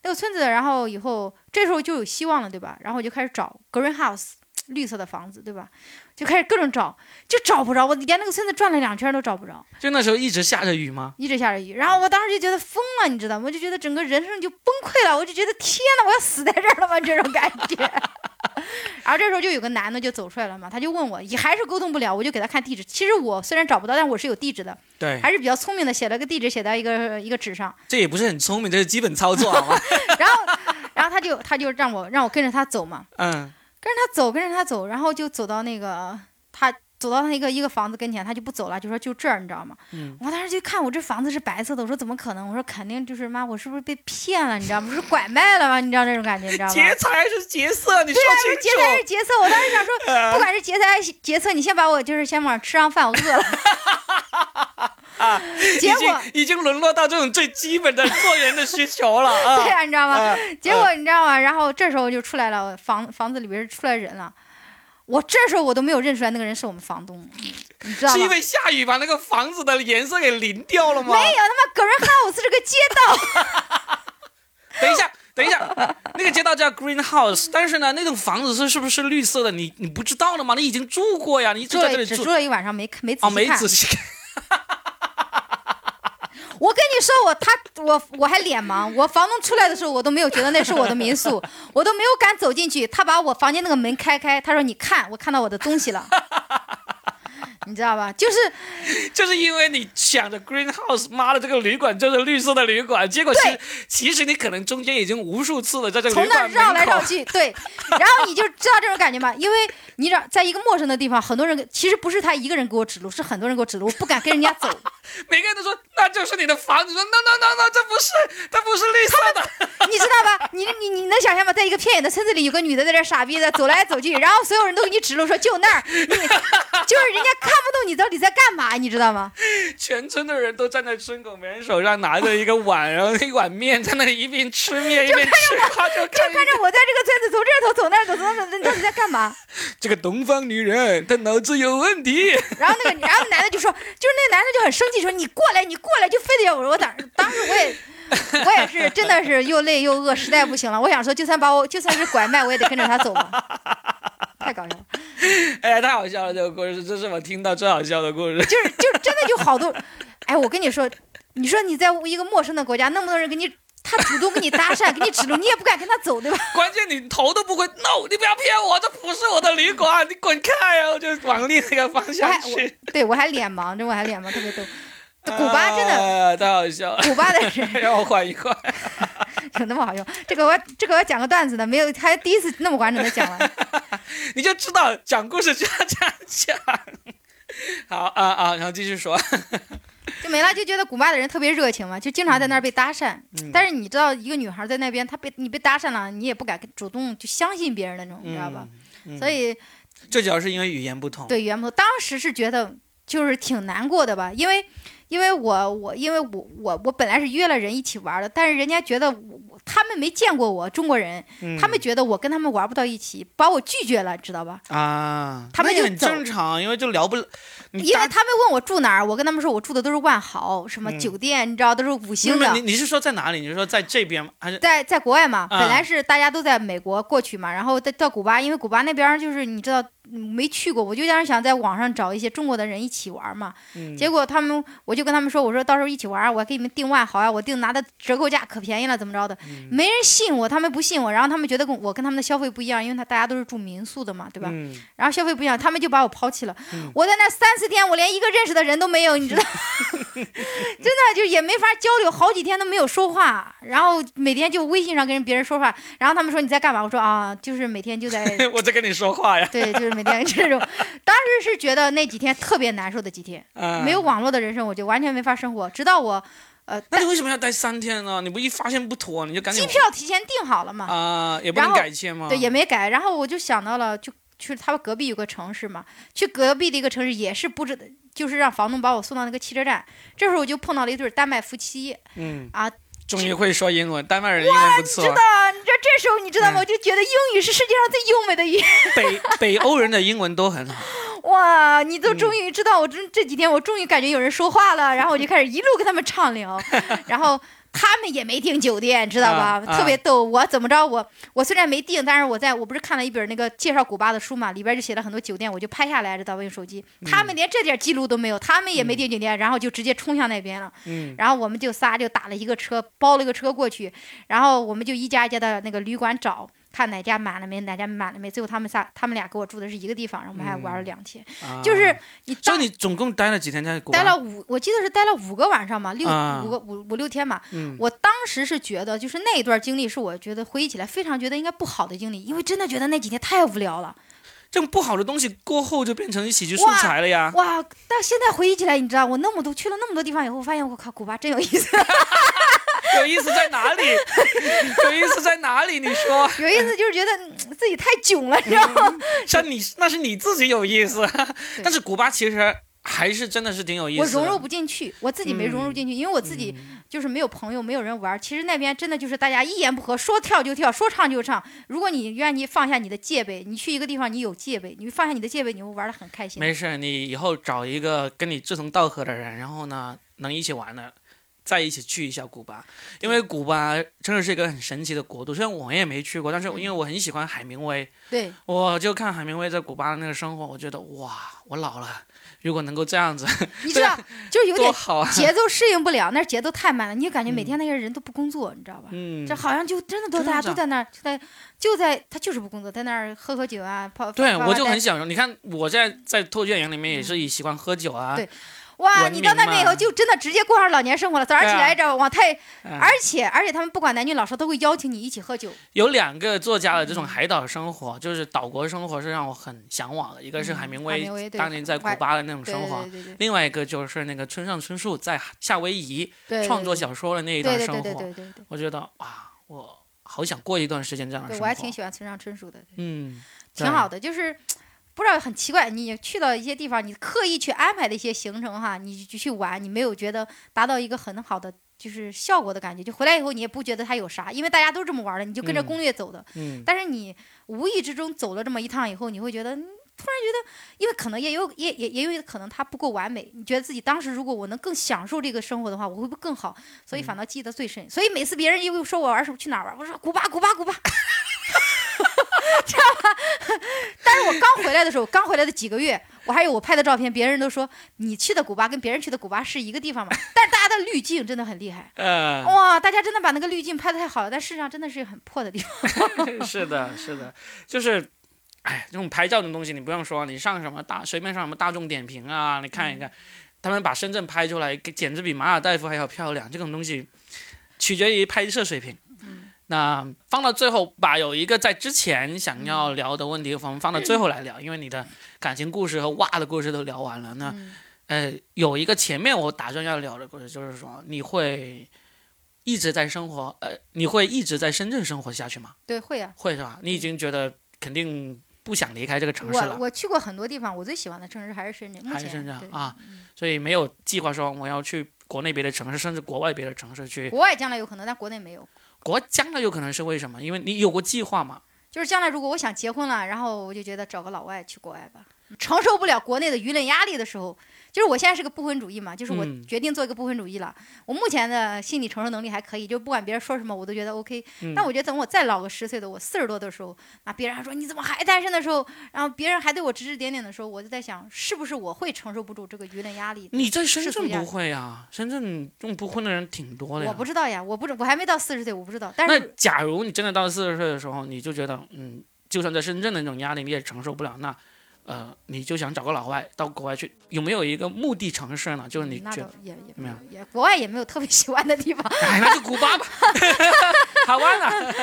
Speaker 2: 那个村子，然后以后这时候就有希望了，对吧？然后我就开始找 green house 绿色的房子，对吧？就开始各种找，就找不着，我连那个村子转了两圈都找不着，
Speaker 1: 就那时候一直下着雨吗？
Speaker 2: 一直下着雨，然后我当时就觉得疯了，你知道吗？我就觉得整个人生就崩溃了，我就觉得天哪，我要死在这儿了吧，这种感觉。然后这时候就有个男的就走出来了嘛，他就问我，也还是沟通不了，我就给他看地址。其实我虽然找不到，但我是有地址的，
Speaker 1: 对，
Speaker 2: 还是比较聪明的，写了个地址，写在一个一个纸上。
Speaker 1: 这也不是很聪明，这是基本操作 好吗？
Speaker 2: 然后，然后他就他就让我让我跟着他走嘛，
Speaker 1: 嗯
Speaker 2: 跟着他走，跟着他走，然后就走到那个他走到那个一个房子跟前，他就不走了，就说就这儿，你知道吗？
Speaker 1: 嗯
Speaker 2: 我当时就看我这房子是白色的，我说怎么可能？我说肯定就是妈，我是不是被骗了？你知道吗？我是拐卖了吗？你知道这种感觉，你知道吗？啊
Speaker 1: 劫财还是劫色？你说
Speaker 2: 是劫财还是劫色？我当时想说，不管是劫财还是劫色，你先把我就是先往吃上饭，我饿了。
Speaker 1: 清
Speaker 2: 啊结
Speaker 1: 楚，
Speaker 2: 果
Speaker 1: 已经已经沦落到这种最基本的做人的需求了啊！
Speaker 2: 对呀、你知道吗？
Speaker 1: 啊
Speaker 2: 结果你知道吗？然后这时候就出来了，房房子里边出来人了。我这时候我都没有认出来那个人是我们房东，你知道吗？
Speaker 1: 是因为下雨把那个房子的颜色给淋掉了吗？
Speaker 2: 没有，他妈葛仁汉 house 这个街道，
Speaker 1: 等一下，等一下，那个街道叫 greenhouse，但是呢，那种房子是是不是绿色的？你你不知道的吗？你已经住过呀，你一直
Speaker 2: 住
Speaker 1: 在这
Speaker 2: 了
Speaker 1: 里
Speaker 2: 只
Speaker 1: 住
Speaker 2: 住了一晚上，没看没仔
Speaker 1: 哦，
Speaker 2: 细
Speaker 1: 没
Speaker 2: 看。
Speaker 1: 仔细看。
Speaker 2: 我跟你说，我他我我还脸盲，我房东出来的时候，我都没有觉得那是我的民宿，我都没有敢走进去。他把我房间那个门开开，他说：“你看，我看到我的东西了。” 你知道吧？就是
Speaker 1: 就是因为你想着 greenhouse，妈的，这个旅馆就是绿色的旅馆，结果其实其实你可能中间已经无数次的 在这个
Speaker 2: 从
Speaker 1: 旅
Speaker 2: 那儿
Speaker 1: 馆
Speaker 2: 绕来
Speaker 1: 门
Speaker 2: 绕
Speaker 1: 口，
Speaker 2: 去，对，然后你就知道这种感觉吗？因为你知道，在一个陌生的地方，很多人其实不是他一个人给我指路，是很多人给我指路，我不敢跟人家走。
Speaker 1: 每个人都说那就是你的房子，说 no no no no，这不是，这不是绿色的。
Speaker 2: 你知道吧？你你你能想象吗？在一个偏远的村子里，有个女的在这儿傻逼的走来走去，然后所有人都给你指路说就那儿，你就是人家看不懂你到底在干嘛，你知道吗？
Speaker 1: 全村的人都站在村口，每人手上拿着一个碗，然后一碗面，在那里一边吃面一边吃，他就
Speaker 2: 就
Speaker 1: 看
Speaker 2: 看着我在这个村子从这头走那儿走，从那儿走，你到底在干嘛？
Speaker 1: 这个东方女人，她脑子有问题。
Speaker 2: 然后那个，然后男的就说，就是那个男的就很生气，说你过来，你过来，就非得要我。我当当时我也，我也是真的是又累又饿，实在不行了。我想说，就算把我就算是拐卖，我也得跟着他走吧。太搞笑了，
Speaker 1: 哎呀，太好笑了，这个故事，这是我听到最好笑的故 事。
Speaker 2: 就是就是真的就好多，哎，我跟你说，你说你在一个陌生的国家，那么多人给你，他主动给你搭讪，给你指路，你也不敢跟他走，对吧？
Speaker 1: 关键你头都不回，no，你不要骗我，这不是我的旅馆，你滚开！然后就往另一个方
Speaker 2: 我
Speaker 1: 向
Speaker 2: 还
Speaker 1: 去。
Speaker 2: 我对我还脸盲，这我还脸盲，特别逗。古巴真的，
Speaker 1: 哎呀太好笑了，
Speaker 2: 古巴的人
Speaker 1: 让我缓一缓。
Speaker 2: 有那么好用？这个我这个我讲个段子的，没有还第一次那么完整的讲完。
Speaker 1: 你就知道讲故事就要这样 讲。好啊啊，然后继续说，
Speaker 2: 就没了，就觉得古巴的人特别热情嘛，就经常在那儿被搭讪。
Speaker 1: 嗯
Speaker 2: 但是你知道，一个女孩在那边，她被你被搭讪了，你也不敢主动就相信别人那种，你知道吧？
Speaker 1: 嗯
Speaker 2: 所以
Speaker 1: 这主要是因为语言不同。，
Speaker 2: 对原本当时是觉得就是挺难过的吧，因为因为我我因为我我我本来是约了人一起玩的，但是人家觉得我我他们没见过我中国人，
Speaker 1: 嗯、
Speaker 2: 他们觉得我跟他们玩不到一起，把我拒绝了，知道吧？
Speaker 1: 啊，
Speaker 2: 他们
Speaker 1: 那也
Speaker 2: 就
Speaker 1: 很
Speaker 2: 走
Speaker 1: 正常，因为就聊不，你
Speaker 2: 因为
Speaker 1: 搭
Speaker 2: 他们问我住哪儿，我跟他们说我住的都是万豪，什么
Speaker 1: 嗯
Speaker 2: 酒店，你知道都是五
Speaker 1: 没有
Speaker 2: 星
Speaker 1: 没有
Speaker 2: 的
Speaker 1: 你。你是说在哪里？你是说在这边吗？还是
Speaker 2: 在在国外嘛，
Speaker 1: 啊
Speaker 2: 本来是大家都在美国过去嘛，然后到到古巴，因为古巴那边儿就是你知道嗯没去过，我就当时想在网上找一些中国的人一起玩嘛，
Speaker 1: 嗯
Speaker 2: 结果他们我就跟他们说，我说到时候一起玩儿，我还给你们订万豪啊，我订拿的折扣价可便宜了，怎么着的，
Speaker 1: 嗯
Speaker 2: 没人信我，他们不信我，然后他们觉得跟我跟他们的消费不一样，因为他大家都是住民宿的嘛，对吧？
Speaker 1: 嗯，
Speaker 2: 然后消费不一样，他们就把我抛弃了。
Speaker 1: 嗯。
Speaker 2: 我在那三四天，我连一个认识的人都没有，你知道，真的就也没法交流，好几天都没有说话，然后每天就微信上跟别人说话，然后他们说你在干嘛？我说啊，就是每天就在
Speaker 1: 我在跟你说话呀，
Speaker 2: 对，就是每天这种，当时是觉得那几天特别难受的几天，
Speaker 1: 啊，
Speaker 2: 没有。网络的人生我就完全没法生活。直到我，呃，
Speaker 1: 那你为什么要待三天呢？你不一发现不妥，你就赶紧
Speaker 2: 机票提前订好了嘛，
Speaker 1: 啊、也不
Speaker 2: 然
Speaker 1: 能
Speaker 2: 后
Speaker 1: 改签吗？
Speaker 2: 对，也没改。然后我就想到了，就去他们隔壁有个城市嘛，去隔壁的一个城市也是不知，就是让房东把我送到那个汽车站。这时候我就碰到了一对丹麦夫妻
Speaker 1: 嗯
Speaker 2: 啊，
Speaker 1: 终于会说英文，丹麦人英文不错
Speaker 2: 知，道？啊你知道这时候你知道吗？
Speaker 1: 嗯
Speaker 2: 我就觉得英语是世界上最优美的语言。
Speaker 1: 北北欧人的英文都很 好。
Speaker 2: 哇，你都
Speaker 1: 嗯
Speaker 2: 终于知道，我这这几天我终于感觉有人说话了，然后我就开始一路跟他们 畅聊，然后。他们也没订酒店，知道吧？
Speaker 1: 啊啊
Speaker 2: 特别逗。我怎么着？我我虽然没订，但是我在我不是看了一本那个介绍古巴的书嘛，里边就写了很多酒店，我就拍下来，知道吧？用手机。他
Speaker 1: 嗯
Speaker 2: 们连这点记录都没有，他们也没订酒店，然后就直接冲向那边了。
Speaker 1: 嗯
Speaker 2: 然后我们就仨就打了一个车，包了个车过去，然后我们就一家一家的那个旅馆找，看哪家满了没，哪家满了没。最后他们仨，他们俩给我住的是一个地方，然后我们还玩了两天。
Speaker 1: 啊
Speaker 2: 就是，你
Speaker 1: 所
Speaker 2: 当
Speaker 1: 以你总共待了几天在古巴？
Speaker 2: 待了五，我记得是待了五个晚上嘛，六、
Speaker 1: 啊
Speaker 2: 五个五五六天嘛。
Speaker 1: 嗯
Speaker 2: 我当时是觉得，就是那一段经历是我觉得回忆起来非常觉得应该不好的经历，因为真的觉得那几天太无聊了。
Speaker 1: 这种不好的东西过后就变成喜剧素
Speaker 2: 哇
Speaker 1: 材了呀。
Speaker 2: 哇！但现在回忆起来，你知道我那么多去了那么多地方以后，我发现我靠，古巴真有意思。
Speaker 1: 有意思在哪里？有意思在哪里？你说，
Speaker 2: 有意思就是觉得嗯自己太 囧了，你知道吗？
Speaker 1: 像你那是你自己有意思，但是古巴其实还是真的是挺有意思嗯
Speaker 2: 我
Speaker 1: 的。
Speaker 2: 融入不进去，我自己没融入进去，因为我自己就是没有朋友，没有人玩儿。其实那边真的就是大家一言不合说跳就跳，说唱就唱。如果你愿意放下你的戒备，你去一个地方你有戒备，你放下你的戒备，你会玩的很开心。
Speaker 1: 没事，你以后找一个跟你志同道合的人，然后呢，能一起玩的，再一起去一下古巴，因为古巴真的是一个很神奇的国度。虽然我也没去过，但
Speaker 2: 嗯
Speaker 1: 是因为我很喜欢海明威，
Speaker 2: 对，
Speaker 1: 我就看海明威在古巴的那个生活，我觉得哇，我老了，如果能够这样子，
Speaker 2: 你知道，就是有
Speaker 1: 多
Speaker 2: 点
Speaker 1: 好啊！
Speaker 2: 节奏适应不了，那儿节奏太慢了，你就感觉每天那些人都不工作，你知道吧？
Speaker 1: 嗯
Speaker 2: 这，好像就真的都
Speaker 1: 真的
Speaker 2: 大家
Speaker 1: 这样
Speaker 2: 都在那儿，就在就在他就是不工作，在那儿喝喝酒啊，泡
Speaker 1: 对
Speaker 2: 发发
Speaker 1: 我就
Speaker 2: 呆
Speaker 1: 很享受。你看我在在脱圈营里面也是以喜欢喝酒啊，
Speaker 2: 嗯对哇，
Speaker 1: 文
Speaker 2: 你到那
Speaker 1: 明
Speaker 2: 边以后
Speaker 1: 嘛
Speaker 2: 就真的直接过上老年生活了。早上
Speaker 1: 对
Speaker 2: 起
Speaker 1: 啊
Speaker 2: 来这往太，
Speaker 1: 嗯
Speaker 2: 而且而且他们不管男女老少都会邀请你一起喝酒。
Speaker 1: 有两个作家的这
Speaker 2: 嗯
Speaker 1: 种海岛生活，就是岛国生活是让我很向往的，一个是
Speaker 2: 嗯
Speaker 1: 海明
Speaker 2: 海
Speaker 1: 威
Speaker 2: 明威对
Speaker 1: 当年在古
Speaker 2: 海
Speaker 1: 巴的那种
Speaker 2: 对
Speaker 1: 生活，
Speaker 2: 对对对
Speaker 1: 另外一个就是那个村上春树在夏威夷
Speaker 2: 对对，
Speaker 1: 创作
Speaker 2: 对
Speaker 1: 小说的那一
Speaker 2: 对
Speaker 1: 段
Speaker 2: 对
Speaker 1: 生活，
Speaker 2: 对对对对对，
Speaker 1: 我觉得哇，我好想过一段时间这样的
Speaker 2: 对
Speaker 1: 生活。
Speaker 2: 我还挺喜欢村上春树的，对
Speaker 1: 嗯，
Speaker 2: 挺
Speaker 1: 对
Speaker 2: 好的。就是不知道很奇怪，你去到一些地方，你刻意去安排的一些行程哈，你就去玩，你没有觉得达到一个很好的。就是效果的感觉，就回来以后你也不觉得它有啥，因为大家都这么玩的，你就跟着
Speaker 1: 嗯
Speaker 2: 攻略走的。
Speaker 1: 嗯，
Speaker 2: 但是你无意之中走了这么一趟以后，你会觉得，嗯突然觉得，因为可能也有也也也有可能它不够完美，你觉得自己当时如果我能更享受这个生活的话，我会不会更好？所以反倒记得最深。所以每次别人又说我玩什么去哪儿玩，我说古巴古巴古巴，知 道吧？但是我刚回来的时候，刚回来的几个月，我还有我拍的照片，别人都说你去的古巴跟别人去的古巴是一个地方嘛，但是大家的滤镜真的很厉害。
Speaker 1: 呃，
Speaker 2: 哇，大家真的把那个滤镜拍的太好了，但事实上真的是很破的地方。
Speaker 1: 是的，是的，就是，哎，这种拍照的东西你不用说，你上什么大随便上什么大众点评啊，你看一看，他们把深圳拍出来，简直比马尔代夫还要漂亮。这种东西取决于拍摄水平。那放到最后吧，有一个在之前想要聊的问题，我们放到最后来聊，因为你的感情故事和哇的故事都聊完了。那
Speaker 2: 嗯
Speaker 1: 呃，有一个前面我打算要聊的故事，就是说你会一直在生活，呃，你会一直在深圳生活下去吗？
Speaker 2: 对，会啊。
Speaker 1: 会是吧？你已经觉得肯定不想离开这个城市
Speaker 2: 我
Speaker 1: 了，
Speaker 2: 我去过很多地方，我最喜欢的城市还是深圳。目
Speaker 1: 还
Speaker 2: 前
Speaker 1: 是深圳
Speaker 2: 对嗯
Speaker 1: 啊，所以没有计划说我要去国内别的城市，甚至国外别的城市去。
Speaker 2: 国外将来有可能，但国内没有。
Speaker 1: 国将来有可能是为什么？因为你有过计划嘛。
Speaker 2: 就是将来如果我想结婚了，然后我就觉得找个老外去国外吧，承受不了国内的舆论压力的时候，就是我现在是个不婚主义嘛，就是我
Speaker 1: 嗯
Speaker 2: 决定做一个不婚主义了。我目前的心理承受能力还可以，就不管别人说什么，我都觉得 OK。
Speaker 1: 嗯
Speaker 2: 但我觉得等我再老个十岁的，我四十多的时候，那别人还说你怎么还单身的时候，然后别人还对我指指点点的时候，我就在想，是不是我会承受不住这个舆论压力？
Speaker 1: 你在深
Speaker 2: 世俗
Speaker 1: 圳
Speaker 2: 压
Speaker 1: 不
Speaker 2: 力
Speaker 1: 会啊？深圳这种不婚的人挺多的呀。
Speaker 2: 我不知道呀，我不知我还没到四十岁，我不知道。但
Speaker 1: 那
Speaker 2: 是
Speaker 1: 假如你真的到四十岁的时候，你就觉得，嗯，就算在深圳的那种压力你也承受不了，那，呃，你就想找个老外到国外去，有没有一个目的城市呢？就是你
Speaker 2: 嗯那
Speaker 1: 觉
Speaker 2: 倒
Speaker 1: 得，
Speaker 2: 也也
Speaker 1: 没有
Speaker 2: 也国外也没有特别喜欢的地方，
Speaker 1: 哎，那就古巴吧，好玩呢、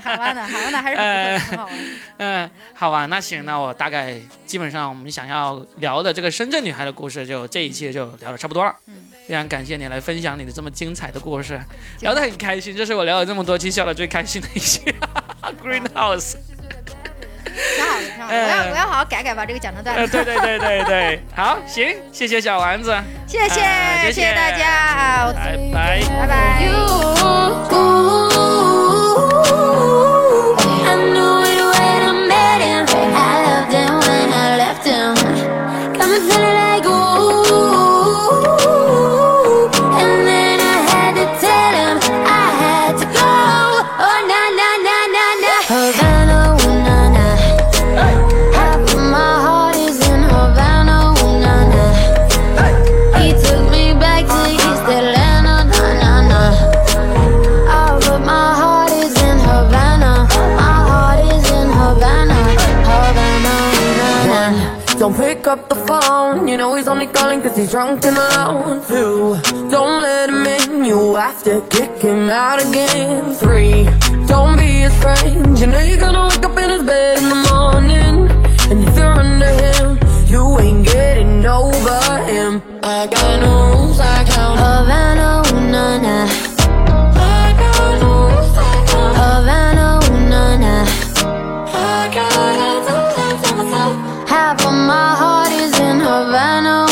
Speaker 2: 海湾呢，海湾呢还是
Speaker 1: 呃
Speaker 2: 很不错的很好玩的。
Speaker 1: 嗯，好吧，那行，那我大概基本上我们想要聊的这个深圳女孩的故事就，这一期就聊的差不多了。
Speaker 2: 嗯
Speaker 1: 非常感谢你来分享你的这么精彩的故事，
Speaker 2: 精彩
Speaker 1: 聊得很开心，这是我聊了这么多期笑的最开心的一期。Greenhouse，
Speaker 2: 挺好的，挺好的。我
Speaker 1: 哎
Speaker 2: 要我要好好改改，把这个讲成段
Speaker 1: 呃，对
Speaker 2: 子。
Speaker 1: 对对对对，好，行，谢谢小丸子，
Speaker 2: 谢谢
Speaker 1: 哎谢嗯
Speaker 2: 谢
Speaker 1: 谢
Speaker 2: 大家啊，我
Speaker 1: 拜拜。
Speaker 2: 拜拜。
Speaker 3: I knew it when I met him. I loved him when I left him. Got me feeling like ooh, and then I had to tell him I had to go. Oh na na na na na, Havana, ooh na na. Half of my heart is in Havana, ooh na na. He took me back to East Atlanta, na na na. Oh, but my heart is in Havana. My heart is in Havana. Havana, Havana.
Speaker 4: Don't pick up the phone, you know he's only calling cause he's drunk and alone. Two, don't let him in, you have to kick him out again. Three, don't be his friend, you know you're gonna wake up in his bed in the morning. And if you're under him, you ain't getting over him. I got no rules, I count.
Speaker 3: Havana, ooh, na, na.
Speaker 4: I got no rules, I count.
Speaker 3: Havana, ooh, na, na.
Speaker 4: I got no rules, I count.
Speaker 3: Half of my heart is in Havana,